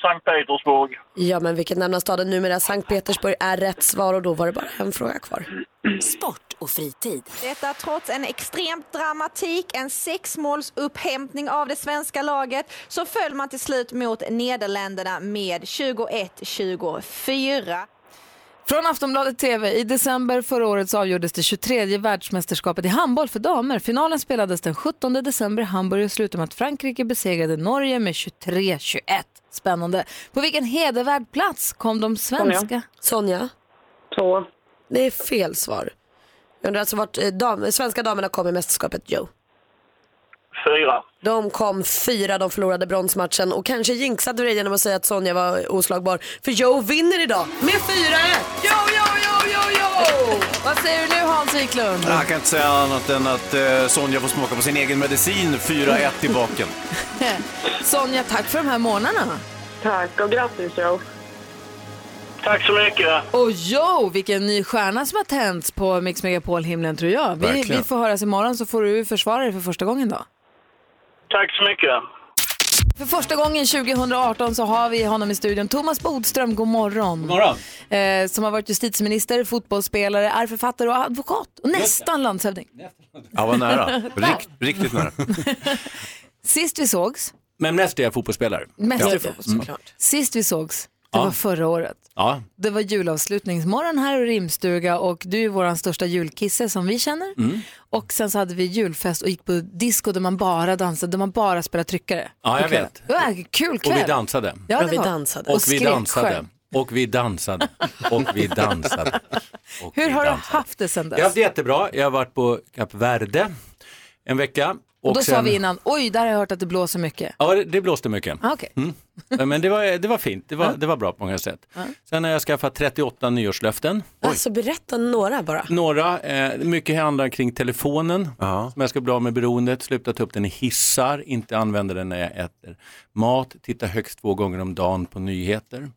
O: Sankt Petersburg.
C: Ja, men vilken nämna staden numera? Sankt Petersburg är rätt svar och då var det bara en fråga kvar.
L: Sport och fritid.
T: Detta trots en extremt dramatik, en sexmålsupphämtning av det svenska laget, så föll man till slut mot Nederländerna med 21-24.
A: Från Aftonbladet TV. I december förra året så avgjordes det 23 världsmästerskapet i handboll för damer. Finalen spelades den 17 december i Hamburg och slutade med att Frankrike besegrade Norge med 23-21. Spännande. På vilken hedervärd plats kom de svenska?
C: Sonja?
T: Två.
C: Det är fel svar. Jag undrar alltså vart eh, dam, svenska damerna kom i mästerskapet Joe.
O: Fyra.
C: De kom fyra, de förlorade bronsmatchen och kanske jinxade du det genom att säga att Sonja var oslagbar. För Joe vinner idag med 4-1!
A: Jo, jo, jo, jo, jo! Vad säger du nu Hans Wiklund? *laughs*
B: Jag kan inte säga annat än att eh, Sonja får smaka på sin egen medicin 4-1 i baken.
A: Sonja, tack för de här månaderna.
T: Tack och grattis Joe.
O: Tack så mycket.
A: Och jo, vilken ny stjärna som har tänts på Mix Megapol-himlen tror jag. Vi,
O: Verkligen.
A: vi får höras imorgon så får du försvara dig för första gången då.
O: Tack så mycket.
A: För första gången 2018 så har vi honom i studion. Thomas Bodström, god morgon. God
N: morgon.
A: Eh, som har varit justitieminister, fotbollsspelare, är författare och advokat. Och nästan landshövding.
N: Ja, var nära.
A: Tack.
N: riktigt nära.
A: Sist vi sågs,
N: Men mest är jag fotbollsspelare.
A: mest
N: ja. Mm.
A: ja. såklart. Sist vi sågs, det
N: Ja.
A: var förra året.
N: Ja.
A: Det var julavslutningsmorgon här och rimstuga och du är vår största julkisse som vi känner.
N: Mm.
A: Och sen så hade vi julfest och gick på disco där man bara dansade, där man bara spelade tryckare.
N: Ja, jag
A: på kvällen.
N: vet.
A: Det var en kul kväll.
N: Och vi dansade.
A: Ja, det Och vi var- dansade.
N: Och,
A: och
N: vi
A: skrek
N: dansade.
A: själv.
N: Och vi dansade. Och vi dansade.
A: Hur har du haft det sen dess?
N: Jag har haft det jättebra. Jag har varit på Kap Verde en vecka.
A: och, då sa
N: sen-
A: vi innan, oj där har jag hört att det blåser mycket.
N: Ja, det, det blåste mycket.
A: Ah, Okej.
N: Mm. Men det var, det var fint. Det var, det var bra på många sätt.
A: Ja.
N: Sen har jag skaffat 38 nyårslöften.
C: Alltså berätta några bara.
N: Några, eh, mycket handlar kring telefonen som jag ska bli av med beroendet, sluta ta upp den i hissar, inte använda den när jag äter mat, titta högst två gånger om dagen på nyheter.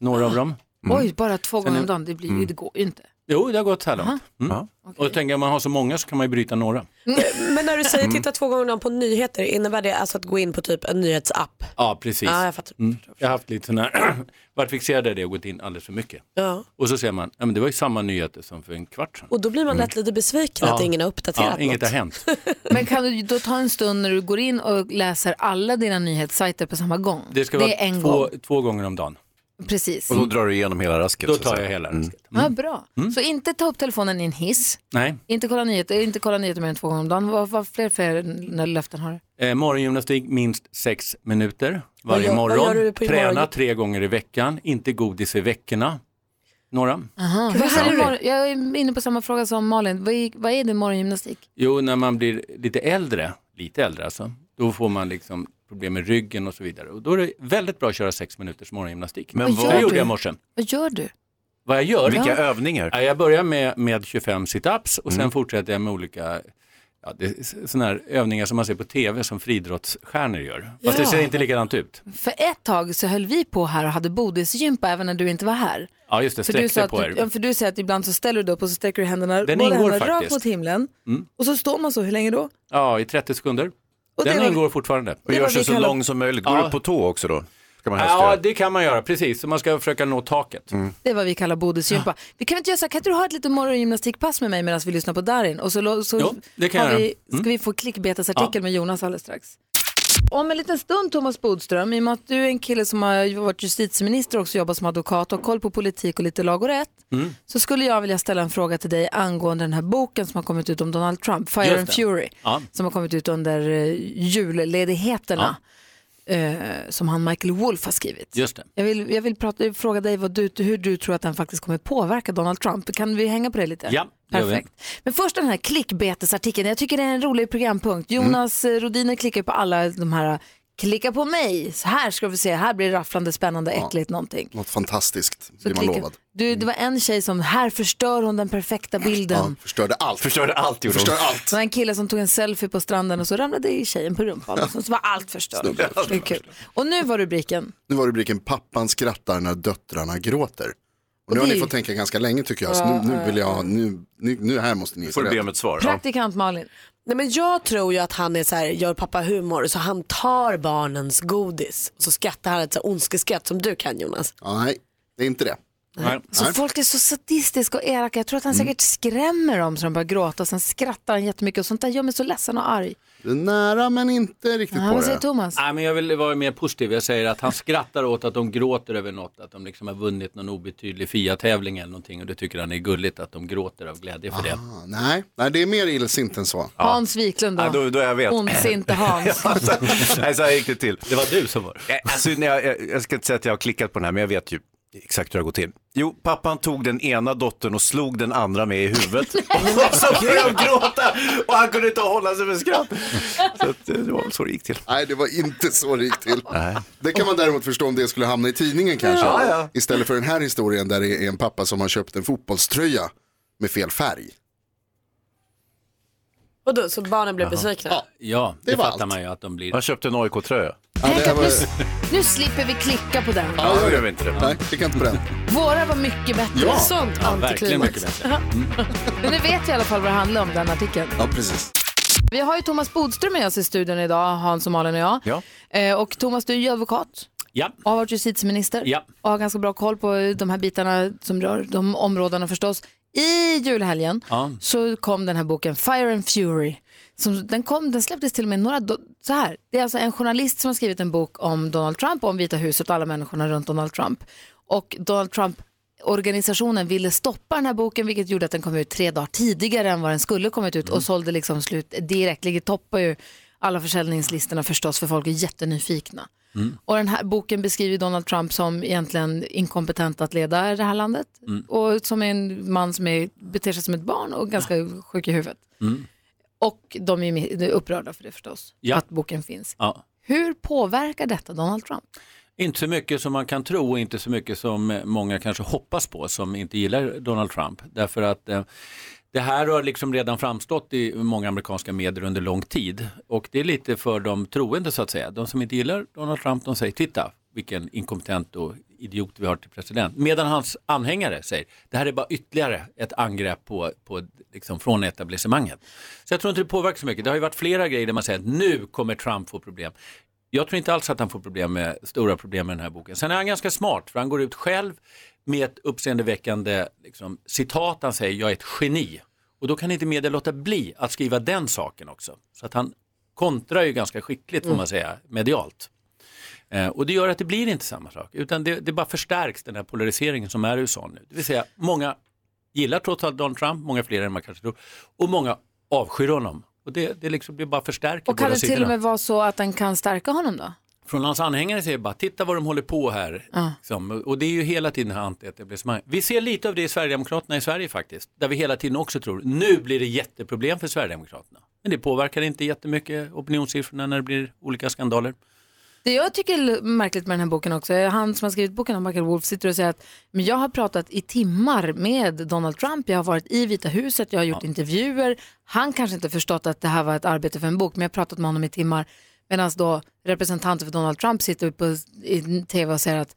N: Några av dem. Mm.
A: Oj, bara två
N: Sen
A: gånger
N: är-
A: om dagen, det, blir,
N: Mm.
A: det går ju inte.
N: Jo, det har gått så här långt. Mm. Och tänker jag, om man har så många så kan man ju bryta några.
C: Men när du säger
N: Mm.
C: titta två gånger om dagen på nyheter, innebär det alltså att gå in på typ en nyhetsapp?
N: Ja, precis.
C: Ja, jag fattar.
N: Mm. Jag har haft lite sån här, *clears throat* varit fixerad i det och gått in alldeles för mycket.
C: Ja.
N: Och så ser man, ja, men det var ju samma nyheter som för en kvart sedan.
C: Och då blir man lätt lite besviken att
N: Mm. Ja.
C: ingen har uppdaterat
N: Ja, inget
C: något.
N: har hänt.
A: Men kan du då ta en stund när du går in och läser alla dina nyhetssajter på samma gång?
N: Det ska
A: är en
N: vara två,
A: gång.
N: två gånger om dagen.
A: Precis.
N: Och då
B: drar du igenom hela rasket.
N: Då tar jag hela rasket.
A: Ja, bra. Så inte ta upp telefonen i en hiss,
N: Mm. Nej.
A: inte kolla nyheter, inte kolla nyheter mer än två gånger om dagen. Vad, vad fler, fler n- löften har du?
N: Eh, morgongymnastik minst sex minuter
A: Vad
N: varje
A: gör- vad
N: morgon.
A: gör du på
N: Träna
A: morgon-
N: tre gånger i veckan, inte godis i veckorna. Några?
A: Aha. Vad är det mor- jag är inne på samma fråga som Malin. Vad är, vad är det morgongymnastik?
N: Jo, när man blir lite äldre, lite äldre alltså, då får man liksom problem med ryggen och så vidare. Och då är det väldigt bra att köra sex minuters morgongymnastik.
A: Men Vad vad- gör
N: det
A: du?
N: gjorde jag i morse.
A: Vad gör du?
N: Vad jag gör?
A: Vilka Ja.
N: övningar? Jag börjar med, med 25 sit-ups och
A: Mm.
N: sen fortsätter jag med olika ja, sådana här övningar som man ser på tv som friidrottsstjärnor gör. Fast det
A: Ja.
N: ser inte likadant ut.
A: För ett tag så höll vi på här och hade bodisgympa även när du inte var här.
N: Ja, just det,
A: För du,
N: sträck
A: sa
N: dig
A: att
N: på
A: du,
N: er.
A: ja, för du säger att ibland så ställer du dig upp och så sträcker du händerna,
N: Den
A: båda
N: ingår
A: händerna rakt
N: faktiskt.
A: mot himlen.
N: Mm.
A: Och så står man så, hur länge då?
N: Ja, i 30 sekunder.
A: Och det
N: Den
A: var-
N: ingår fortfarande.
A: Och det gör var sig vi så kallar- lång
B: som möjligt. Går
N: Ja.
B: du på tå också då? Ska man helst
N: Ja,
B: göra.
N: det kan man göra, precis. Så man ska försöka nå taket.
A: Det är vad vi kallar bodisgympa.
N: Ah.
A: Vi kan väl inte göra så här, kan inte du ha ett litet morgongymnastikpass med mig medan vi lyssnar på Darin? Och så, lo- så
N: Jo, det kan
A: har
N: jag
A: vi,
N: göra. Mm.
A: ska vi få klickbetesartikel
N: Ja.
A: med Jonas alldeles strax. Om en liten stund Thomas Bodström, i och med att du är en kille som har varit justitieminister och också jobbat som advokat och har koll på politik och lite lag och rätt,
N: Mm.
A: så skulle jag vilja ställa en fråga till dig angående den här boken som har kommit ut om Donald Trump, Fire
N: Just
A: and
N: det.
A: Fury,
N: Ja.
A: som har kommit ut under eh, julledigheterna, eh, som han Michael Wolff har skrivit.
N: Just det.
A: Jag vill, jag vill prata, fråga dig vad du, hur du tror att den faktiskt kommer påverka Donald Trump. Kan vi hänga på det lite?
N: Ja, det gör vi.
A: Perfekt. Men först den här eh, klickbetesartikeln. Jag tycker det är en rolig programpunkt. Jonas mm. Rodiner klickar på alla de här Klicka på mig. Så här ska vi se, här blir det rafflande, spännande, äckligt någonting.
F: Något fantastiskt blir man
A: klicka-
F: lovad.
A: Du, det var en tjej som, här förstör hon den perfekta bilden.
F: Förstörde allt.
B: Förstörde allt, gjorde hon.
F: Förstör allt.
A: Det var en kille som tog en selfie på stranden och så ramlade i tjejen på rumpan. Och så så var allt förstört.
F: Snubblade.
A: Det är kul. Och nu var rubriken.
F: Nu var rubriken Pappan skrattar när döttrarna gråter. Och nu har
A: det är
F: ni
A: ju-
F: fått tänka ganska länge tycker jag. Så
C: Ja,
F: nu, nu
C: ja,
F: vill jag, nu, nu, nu här måste ni
B: Får det bli om ett svar? Ja.
A: Praktikant Malin.
C: Nej, men jag tror ju att han är så här, gör pappa humor så han tar barnens godis och så skrattar han ett så här ondskeskratt som du kan Jonas.
F: Nej, det är inte det.
C: Nej.
A: Så folk är så sadistiska och elaka. Jag tror att han
F: Mm.
A: säkert skrämmer dem så de börjar gråta och sen skrattar han jättemycket och sånt där gör mig så ledsen och arg.
F: Du är nära men inte riktigt
A: ja, Vad säger Thomas?
N: Nej, men jag vill vara mer positiv. Jag säger att han skrattar åt att de gråter över något, att de liksom har vunnit någon obetydlig FIA-tävling eller någonting och det tycker han är gulligt att de gråter av glädje för det.
F: Ah, nej, nej, det är mer illsint än så.
A: Hans Wiklund då?
B: Ja, då- då jag vet.
A: Ondsinte Hans.
B: Ja, så- *laughs* Nej, så här gick det till. Det var du som var alltså, när jag, jag, jag ska inte säga att jag har klickat på den här, men jag vet ju exakt hur det går till. Jo, pappan tog den ena dottern och slog den andra med i huvudet. och så började de gråta och han kunde inte hålla sig för skratt. Så att, eh, det var väl så det gick till.
F: Nej, det var inte så det gick till. Det kan man däremot förstå om det skulle hamna i tidningen kanske.
B: Ja, ja.
F: Istället för den här historien där det är en pappa som har köpt en fotbollströja med fel färg.
C: Och då, så barnen blev
B: Jaha.
C: besvikna?
N: Ja,
F: Det
N: det,
F: var
N: fattar
F: allt.
N: man ju att de blir.
B: Han köpte en AIK-tröja.
A: Tänk att nu, s- nu slipper vi klicka på den.
B: Ja, då gör vi inte det.
F: Nej, klicka inte på den.
A: Våra var mycket bättre.
F: Ja.
A: Sånt
F: Ja, verkligen
A: antiklimax.
F: mycket bättre.
A: Men nu vet vi i alla fall vad det handlar om, den artikeln.
F: Ja, precis.
A: Vi har ju Thomas Bodström med oss i studion idag, Hans och Malin och jag.
N: Ja.
A: Eh, och Thomas, du är ju advokat
N: Ja.
A: och har varit justitieminister
N: Ja.
A: och har ganska bra koll på de här bitarna som rör de områdena förstås. I julhelgen
N: Ja.
A: så kom den här boken Fire and Fury. Som, den, kom, den släpptes till och med några... do- Så här, det är alltså en journalist som har skrivit en bok om Donald Trump, om Vita huset och alla människorna runt Donald Trump. Och Donald Trump-organisationen ville stoppa den här boken vilket gjorde att den kom ut tre dagar tidigare än vad den skulle kommit
N: Mm.
A: ut och sålde liksom slut direkt. Ligger toppar ju alla försäljningslistorna förstås för folk är jättenyfikna.
U: Mm.
A: Och den här boken beskriver Donald Trump som egentligen inkompetent att leda det här landet
U: Mm.
A: och som är en man som är, beter sig som ett barn och ganska sjuk i huvudet.
N: Mm.
A: Och de är mi- upprörda för det förstås,
N: Ja.
A: att boken finns.
N: Ja.
A: Hur påverkar detta Donald Trump?
N: Inte så mycket som man kan tro och inte så mycket som eh, många kanske hoppas på som inte gillar Donald Trump. Därför att eh, det här har liksom redan framstått i många amerikanska medier under lång tid och det är lite för de troende så att säga. De som inte gillar Donald Trump de säger titta vilken inkompetent och idiot vi har till president. Medan hans anhängare säger det här är bara ytterligare ett angrepp på, på, liksom, från etablissemanget. Så jag tror inte det påverkar så mycket. Det har ju varit flera grejer där man säger att nu kommer Trump få problem. Jag tror inte alls att han får problem med, stora problem med den här boken. Sen är han ganska smart för han går ut själv med ett uppseendeväckande liksom, citat. Han säger jag är ett geni. Och då kan inte media låta bli att skriva den saken också. Så att han kontrar ju ganska skickligt får
V: Mm.
N: man säga medialt. Eh, och det gör att det blir inte samma sak utan det, det bara förstärks den här polariseringen som är i USA nu. Det vill säga många gillar trots allt Donald Trump, många fler än man kanske tror och många avskyr honom. Och det, det liksom blir bara förstärker
A: Och kan
N: båda
A: det till
N: sidorna.
A: och med vara så att den kan stärka honom då?
N: Från hans anhängare säger bara, titta vad de håller på här.
A: Ja.
N: Liksom. Och det är ju hela tiden det här antietablissemanget. Vi ser lite av det i Sverigedemokraterna i Sverige faktiskt. Där vi hela tiden också tror, nu blir det jätteproblem för Sverigedemokraterna. Men det påverkar inte jättemycket opinionssiffrorna när det blir olika skandaler.
A: Det jag tycker är märkligt med den här boken också, är han som har skrivit boken, Michael Wolff, sitter och säger att men jag har pratat i timmar med Donald Trump, jag har varit i Vita huset, jag har gjort intervjuer. Han kanske inte förstått att det här var ett arbete för en bok, men jag har pratat med honom i timmar. Medan då representanter för Donald Trump sitter på, i tv och säger att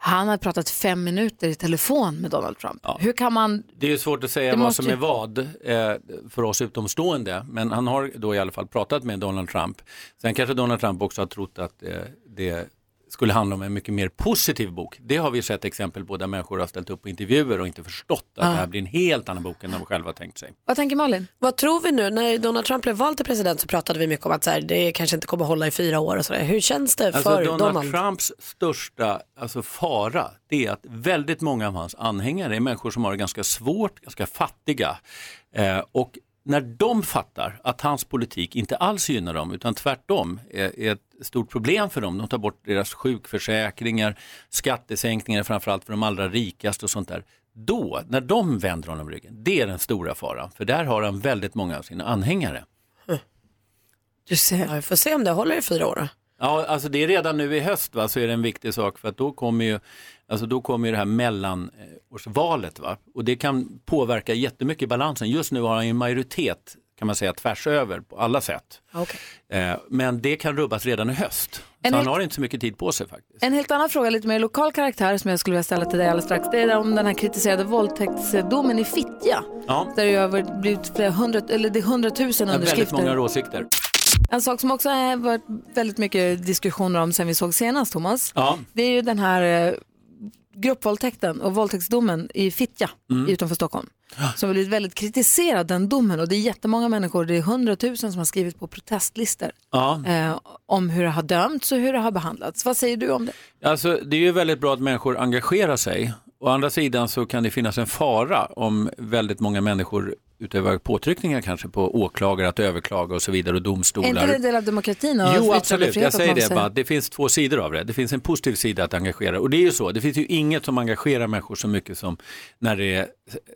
A: han har pratat fem minuter i telefon med Donald Trump. Hur kan man
N: Det är ju svårt att säga
A: Det
N: vad
A: måste
N: som
A: ju-
N: är vad eh, för oss utomstående, men han har då i alla fall pratat med Donald Trump. Sen kanske Donald Trump också har trott att eh, det skulle handla om en mycket mer positiv bok. Det har vi sett exempel på där människor har ställt upp på intervjuer och inte förstått att
A: Ah.
C: Ja.
N: det här blir en helt annan bok än de själva tänkt sig.
A: Vad tänker Malin?
C: Vad tror vi nu? När Donald Trump blev vald till president så pratade vi mycket om att så här, det kanske inte kommer hålla i fyra år och sådär. Hur känns det för
N: Alltså Donald,
C: Donald?
N: Trumps största alltså fara det är att väldigt många av hans anhängare är människor som har det ganska svårt, ganska fattiga. Eh, och när de fattar att hans politik inte alls gynnar dem utan tvärtom är, är ett stort problem för dem. De tar bort deras sjukförsäkringar, skattesänkningar framförallt för de allra rikaste och sånt där. Då, när de vänder honom ryggen, det är den stora faran. För där har han väldigt många av sina anhängare.
C: Du ser. Ja, vi får se om det håller i fyra år då.
N: Ja, alltså det är redan nu i höst va, så är det en viktig sak för att då kommer ju, alltså då kommer ju det här mellanårsvalet va? och det kan påverka jättemycket i balansen. Just nu har han ju en majoritet kan man säga tvärs över på alla sätt.
A: Okej.
N: Eh, men det kan rubbas redan i höst.
A: En
N: Så han
A: hel-
N: har inte så mycket tid på sig faktiskt.
A: En helt annan fråga, lite mer lokal karaktär som jag skulle vilja ställa till dig alldeles strax. Det är om den här kritiserade våldtäktsdomen i Fittja.
N: Ja.
A: Där det ju har blivit flera hundra, eller det är hundratusen
N: Det är väldigt många
A: underskrifter.
N: åsikter.
A: En sak som också har varit väldigt mycket diskussioner om sen vi såg senast, Thomas.
N: Ja.
A: Det är ju den här eh, gruppvåldtäkten och våldtäktsdomen i Fittja
N: Mm.
A: utanför Stockholm. Som har blivit väldigt kritiserad, den domen. Och det är jättemånga människor, det är hundratusen som har skrivit på protestlistor
N: Ja.
A: eh, om hur det har dömts och hur det har behandlats. Vad säger du om det?
N: Alltså, det är ju väldigt bra att människor engagerar sig. Å andra sidan så kan det finnas en fara om väldigt många människor utövar påtryckningar kanske på åklagare att överklaga och så vidare och
A: Är inte det en
N: domstolar.
A: del av demokratin? Och
N: Jo, absolut.
A: yttrandefrihet
N: Jag
A: att
N: säger
A: man
N: det bara. att Det finns två sidor av det. Det finns en positiv sida att engagera och det är ju så. Det finns ju inget som engagerar människor så mycket som när det är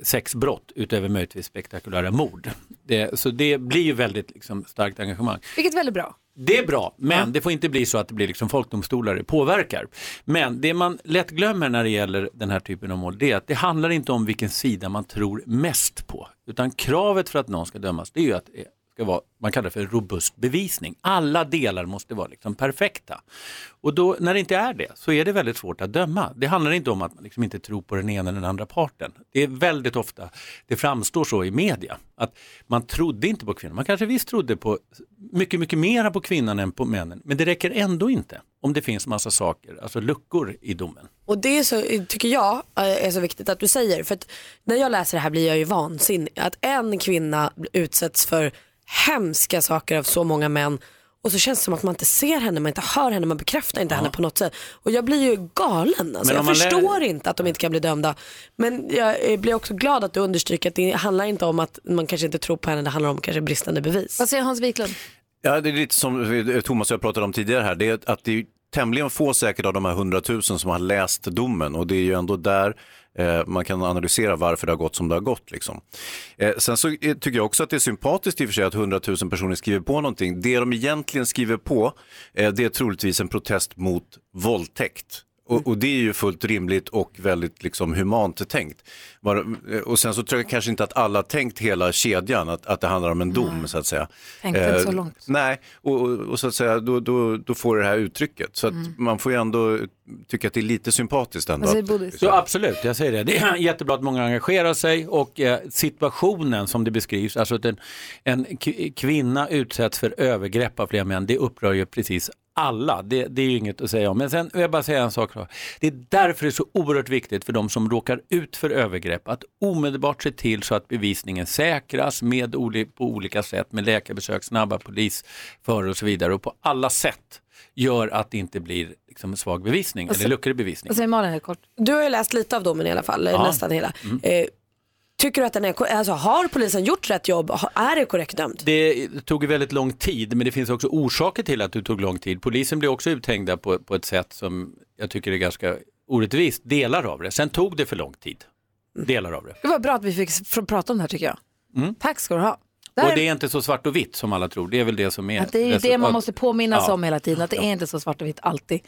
N: sexbrott utöver möjligtvis spektakulära mord. Det, så det blir ju väldigt liksom, starkt engagemang.
A: Vilket är väldigt bra.
N: Det är bra, men det får inte bli så att det blir liksom folkdomstolar det påverkar. Men det man lätt glömmer när det gäller den här typen av mål det är att det handlar inte om vilken sida man tror mest på. Utan kravet för att någon ska dömas det är ju att det ska vara, man kallar det för robust bevisning. Alla delar måste vara liksom perfekta. Och då, när det inte är det så är det väldigt svårt att döma. Det handlar inte om att man liksom inte tror på den ena eller den andra parten. Det är väldigt ofta det framstår så i media. Att man trodde inte på kvinnan. Man kanske visst trodde på mycket, mycket mera på kvinnan än på männen. Men det räcker ändå inte om det finns massa saker, alltså luckor i domen.
C: Och det är så, tycker jag eh, är så viktigt att du säger. För att när jag läser det här blir jag ju vansinnig. Att en kvinna utsätts för hemska saker av så många män. Och så känns det som att man inte ser henne, man inte hör henne, man bekräftar inte henne på något sätt. Och jag blir ju galen. Alltså.
N: Men
C: Jag
N: om man lä-
C: förstår inte att de inte kan bli dömda. Men jag eh, blir också glad att du understryker att det handlar inte om att man kanske inte tror på henne, det handlar om kanske bristande bevis.
A: Vad säger Hans Wiklund?
B: Ja, det är lite som vi- Thomas och jag pratade om tidigare här. Det är att det är tämligen få säkert av de här hundratusen som har läst domen och det är ju ändå där eh, man kan analysera varför det har gått som det har gått. Liksom. Eh, sen så eh, tycker jag också att det är sympatiskt i och för sig att hundratusen personer skriver på någonting. Det de egentligen skriver på eh, det är troligtvis en protest mot våldtäkt. Och, och det är ju fullt rimligt och väldigt liksom humant tänkt. Var, eh, och sen så tror jag kanske inte att alla har tänkt hela kedjan, att, att det handlar om en dom så att säga.
U: Tänkte
N: Eh,
U: inte så långt.
B: Nej, och, och, och så att säga, då, då, då får det här uttrycket. Så att man får ju ändå tycka att det är lite sympatiskt ändå.
N: Ja, absolut, jag säger det. Det är *clears throat* jättebra att många engagerar sig och eh, situationen som det beskrivs, alltså att en, en k- kvinna utsätts för övergrepp av flera män, det upprör ju precis alla. Det, det är ju inget att säga om. Men sen vill jag bara säga en sak. då. Det är därför det är så oerhört viktigt för de som råkar ut för övergrepp att omedelbart se till så att bevisningen säkras med oli- på olika sätt, med läkarbesök, snabba polisförhör och så vidare och på alla sätt gör att det inte blir liksom, svag bevisning
C: Och så-
N: eller luckor i bevisningen.
A: Vad säger Malin helt kort?
C: Du har ju läst lite av domen i alla fall,
N: Ja.
C: nästan hela.
N: Mm.
C: Eh, tycker du att den är, alltså, har polisen gjort rätt jobb? Ha- Är det korrekt dömt?
N: Det tog ju väldigt lång tid, men det finns också orsaker till att det tog lång tid. Polisen blev också uthängda på, på ett sätt som jag tycker är ganska orättvist, delar av det. Sen tog det för lång tid, delar av det.
A: Det var bra att vi fick s- få prata om det här tycker jag.
N: Mm.
A: Tack ska du ha. Där,
N: Och det är inte så svart och vitt som alla tror, det är väl det som är...
A: att det är ju det man
N: resultat.
A: måste påminnas
N: Ja.
A: om hela tiden, att det är inte så svart och vitt alltid.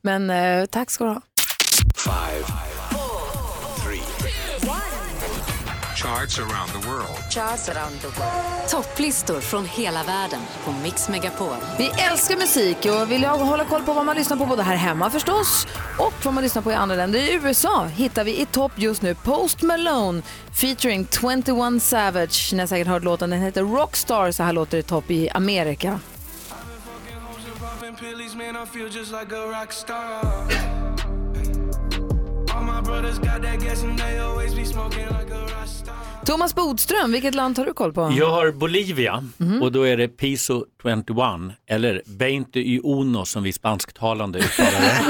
A: Men eh, tack ska du ha.
K: Five, three. Charts around the world.
L: Charts around the world. Topplistor från hela världen på Mix Megapol.
A: Vi älskar musik och vill jag hålla koll på vad man lyssnar på både här hemma förstås och vad man lyssnar på i andra länder. I USA hittar vi i topp just nu Post Malone featuring 21 Savage. Ni har säkert hört låten, den heter Rockstar. Så här låter det i topp i Amerika.
V: Popping pillies, man, I feel just like a rock star. All my brothers got that gas and they always be smoking like a rock star.
A: Thomas Bodström, vilket land tar du koll på?
N: Jag har Bolivia
A: Mhm.
N: och då är det Piso 21 eller 20 y uno som vi spansktalande uttalar det.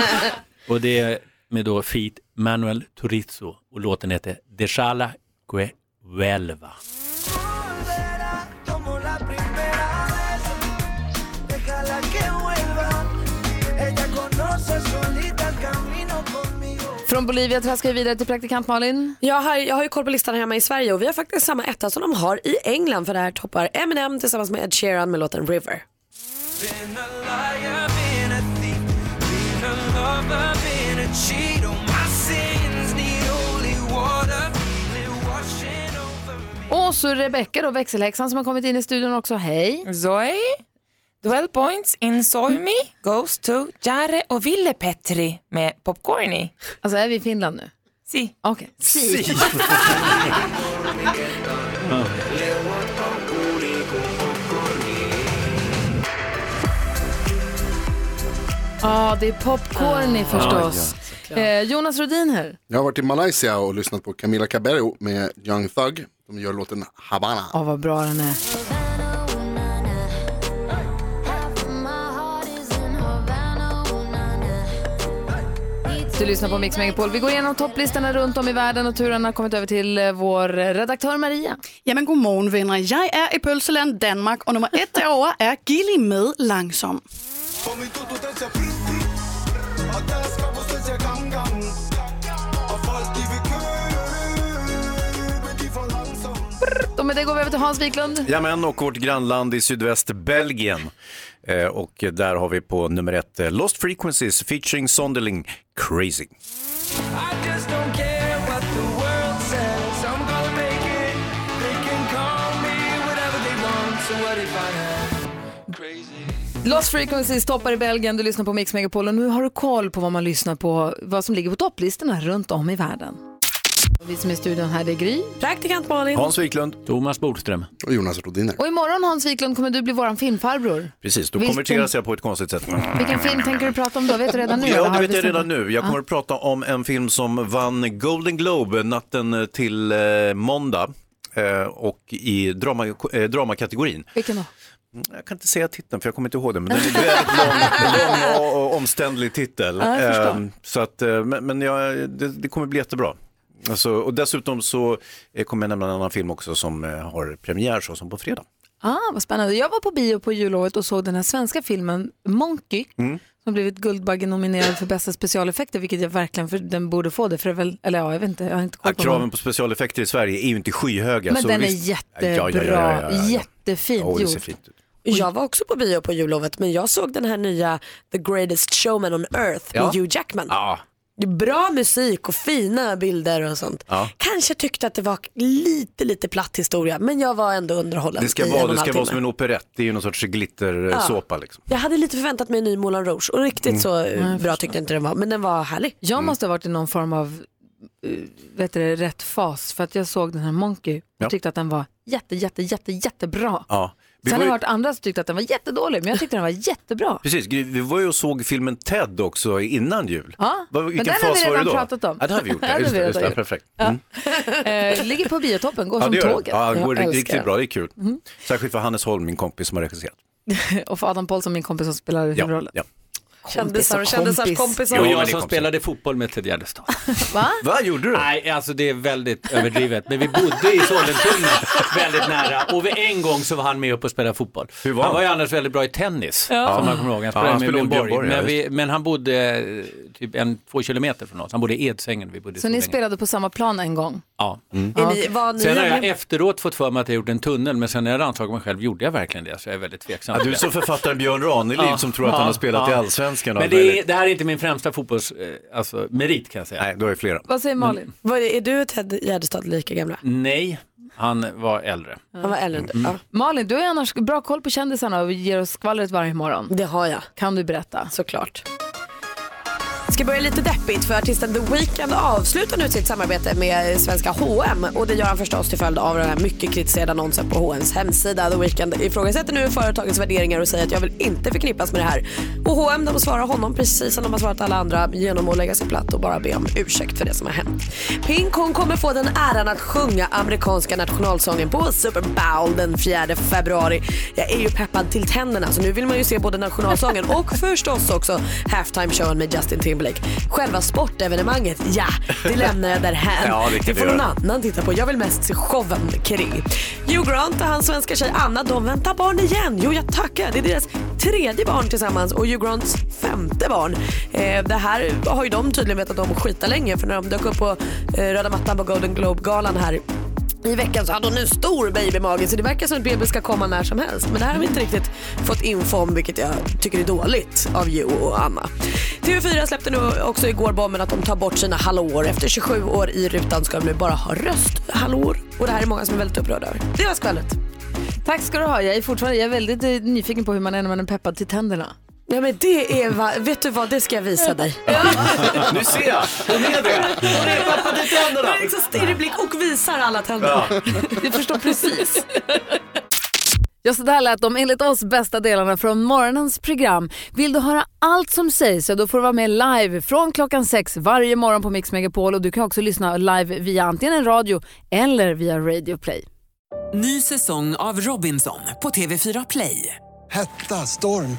A: *laughs*
N: Och det är med då Feat Manuel Turizo och låten heter Deshala Que Vuelva.
V: Como la primera vez, déjala que vuelva. Ella conoce solita el camino conmigo.
A: Från Bolivia traskar vi vidare till praktikant Malin.
C: Jag har, jag har ju koll på listan hemma i Sverige och vi har faktiskt samma etta som de har i England för det här toppar Eminem tillsammans med Ed Sheeran med låten River.
V: Been a liar, been never been a cheat. All my sins need holy water. Feel it washing over.
A: Och så Rebecka då, växelhäxan som har kommit in i studion också. Hej!
U: Zoe, 12 points in Soy Me goes to Jare och Ville Petri med Popcorny.
A: Alltså är vi i Finland nu?
U: Si.
A: Okej.
U: Si. *laughs*
A: Ja, det är popcorn
F: Ah.
A: förstås.
F: Ja, ja,
A: eh, Jonas Rodin här.
F: Jag har varit i Malaysia och lyssnat på Camila Cabello med Young Thug. De gör låten Havana.
A: Ja, vad bra den är. Du lyssnar på Mix Megapol. Vi går igenom topplistorna runt om i världen och turen har kommit över till eh, vår redaktör Maria.
D: Jamen godmorgen venner. Jeg er i Pølseland, Danmark, og nummer et derover er Gilly med Langsom.
A: Och med det går vi över till Hans Wiklund.
B: Jamen, och vårt grannland i sydväst Belgien. Eh, och där har vi på nummer ett eh, Lost Frequencies featuring Sonderling Crazy.
V: Just don't care what the world says. I'm gonna make it. They can call me whatever they want. So what if I am crazy?
A: Lost Frequencies toppar i Belgien. Du lyssnar på Mix Megapol och nu har du koll på vad man lyssnar på, vad som ligger på topplistorna runt om i världen. Och vi som är i studion här, det är Gry.
D: Praktikant Malin.
B: Wiklund.
N: Thomas Bodström.
F: Och Jonas Rodiner.
A: Och imorgon Hans Wiklund kommer du bli våran filmfarbror.
B: Precis, då
A: Vilken-
B: konverteras jag på ett konstigt sätt.
A: Vilken film tänker du prata om då? Vet du redan nu? eller
B: Ja,
A: har
B: det
A: du
B: vet jag
A: bestämt
B: redan
A: dig?
B: nu. Jag kommer att prata om en film som vann Golden Globe natten till eh, måndag eh, och i drama, eh, dramakategorin.
A: Vilken då?
B: Jag kan inte säga titeln för jag kommer inte ihåg den,
A: *laughs*
B: men den är väldigt lång, lång och, och omständlig titel.
A: Ja, jag förstår.
B: Eh, så att, eh, men men jag, det, det kommer bli jättebra. Alltså, och dessutom så eh, kommer jag nämna en annan film också som eh, har premiär så som på fredag.
A: Ah, vad spännande. Jag var på bio på jullovet och såg den här svenska filmen Monkey
B: Mm.
A: som blivit Guldbaggenominerad för bästa specialeffekter, vilket jag verkligen, för den borde få det, för det är väl, eller ja, jag vet inte, jag har inte
B: Ja,
A: koll på
B: kraven
A: den.
B: på specialeffekter i Sverige är ju inte skyhöga.
A: Men
B: så
A: den är
B: visst-
A: jättebra, jättefint
B: Ja, det ser
C: gjort.
B: fint ut.
C: Jag var också på bio på jullovet men jag såg den här nya The Greatest Showman on Earth
B: Ja.
C: med Hugh Jackman.
B: Ja.
C: Det är bra musik och fina bilder och sånt.
B: Ja.
C: Kanske tyckte att det var lite, lite platt historia men jag var ändå underhållen
B: Det ska,
C: i
B: vara,
C: en och
B: det
C: en
B: ska
C: halv
B: vara
C: timme.
B: som en operett, det är ju någon sorts
C: Ja.
B: glittersåpa. Liksom.
C: Jag hade lite förväntat mig en ny Moulin Rouge och riktigt
B: Mm.
C: så
B: Nej, jag
C: eh, bra tyckte jag inte den var. Men den var härlig.
A: Jag
B: Mm.
A: måste ha varit i någon form av eh, vet du, det, rätt fas för att jag såg den här Monkey och
B: Ja.
A: tyckte att den var jätte, jätte, jätte, jättebra.
B: Ja. Vi
A: Sen
B: var
A: har
B: ju-
A: jag hört andra som tyckte att den var jättedålig, men jag tyckte den var
B: *laughs*
A: jättebra.
B: Precis, Gry, vi var ju och såg filmen Ted också innan jul.
A: Ja,
B: Vad-
A: men
B: vilken
A: den har
B: fas
A: vi
B: var det
A: redan
B: då?
A: pratat om.
B: Ja, det har
A: *laughs*
B: vi gjort.
A: Den har
B: Ja, just
A: vi
B: det, just det,
A: redan
B: perfekt. Mm.
A: gjort. Eh, ligger på biotoppen, går
B: Ja,
A: som
B: det gör det.
A: tåget.
B: Ja, det
A: Jag
B: går
A: älskar
B: riktigt
A: den.
B: bra, det är kul.
A: Mhm.
B: Särskilt för Hannes Holm, min kompis som har regisserat.
A: och för Adam Paulsson, min kompis som spelar huvudrollen.
B: Ja.
C: Kändisar och kändisars kompisar.
N: Jo,
B: Ja, men
N: jag
B: det
N: som
B: kom
N: spelade fotboll med Ted Gärdestad.
B: *laughs*
A: Va?
B: Vad gjorde du?
N: *laughs* Nej, alltså det är väldigt överdrivet. Men vi bodde i Sollentuna väldigt nära. Och vid en gång så var han med upp och spelade fotboll.
B: var
N: han var ju
B: han?
N: annars väldigt bra i tennis,
B: Ja.
N: som man kommer ihåg. Han
B: Ja,
N: spelade
B: han
N: med
B: spelade
N: Björn
B: Björn
N: Borg.
B: Borg, ja,
N: Men, vi, men han bodde eh, typ en, två kilometer från oss. Han bodde i Edsängen. Vi bodde i
A: Så ni
N: Solänge.
A: spelade Mm. på samma plan en gång?
N: Ja.
B: Mm.
A: Är ni- var ni-
N: Sen har jag efteråt fått för mig att jag gjort en tunnel, men sen när jag rannsakade mig själv, gjorde jag verkligen det? Så jag är väldigt tveksam.
B: Ja, du är som författaren Björn Ranelid som tror att han har spelat i Allsvenskan och
N: Men
B: allt
N: det, är,
B: möjligt.
N: det här är inte min främsta fotbollsmerit alltså, merit kan jag säga.
B: Nej, då
N: *laughs*
B: är flera.
A: Vad säger
B: Mm.
A: Malin?
C: Vad är, är du och Ted Gärdestad lika gamla?
N: Nej, han var äldre.
C: Han var äldre. än du. Ja.
A: Malin, du har ju annars bra koll på kändisarna och ger oss skvallret varje morgon.
C: Det har jag.
A: Kan du berätta?
C: Såklart. Ska börja lite deppigt för artisten The Weeknd avslutar nu sitt samarbete med svenska H&M och det gör han förstås till följd av den här mycket kritiserade annonsen på H&M's hemsida. The Weeknd ifrågasätter nu företagets värderingar och säger att jag vill inte förknippas med det här. Och H&M de svarar honom precis som de har svarat alla andra genom att lägga sig platt och bara be om ursäkt för det som har hänt. Pink hon kommer få den äran att sjunga amerikanska nationalsången på Super Bowl den 4 februari. Jag är ju peppad till tänderna så nu vill man ju se både nationalsången och
V: *laughs*
C: förstås också halftime-showen med Justin Timberlake. Själva sportevenemanget, ja, det lämnar jag därhän.
V: Ja, det kan
C: det
V: vi
C: får någon
V: göra.
C: annan titta på. Jag vill mest se showen kring. Hugh Grant och hans svenska tjej Anna, de väntar barn igen. Jo, jag tackar. Det är deras tredje barn tillsammans och Hugh Grants femte barn. Eh, det här har ju de tydligen vetat om skitlänge för när de dök upp på eh, röda mattan på Golden Globe-galan här I veckan så hade hon en stor babymage så det verkar som att bebis ska komma när som helst. Men det här har vi inte riktigt fått info om vilket jag tycker är dåligt av Jo och Anna. TV4 släppte nu också igår bomben att de tar bort sina hallåor. Efter 27 år i rutan ska de nu bara ha rösthallåor. Och det här är många som är väldigt upprörda över. Det var skvallret.
A: Tack ska du ha. Jag är fortfarande jag är väldigt eh, nyfiken på hur man är när man är peppad till tänderna.
C: Ja men det är, va, vet du vad, det ska jag visa dig.
W: Nu ser jag! Hon är det! Hon är pappa till tänderna!
C: Det är så stirrig blick och visar alla tänder.
W: Ja.
C: Du förstår precis.
A: *laughs* Ja, så där lät de enligt oss bästa delarna från morgonens program. Vill du höra allt som sägs så då får du vara med live från klockan sex varje morgon på Mix Megapol och du kan också lyssna live via antingen en radio eller via Radio Play.
U: Ny säsong av Robinson på TV4 Play.
K: Hetta, storm,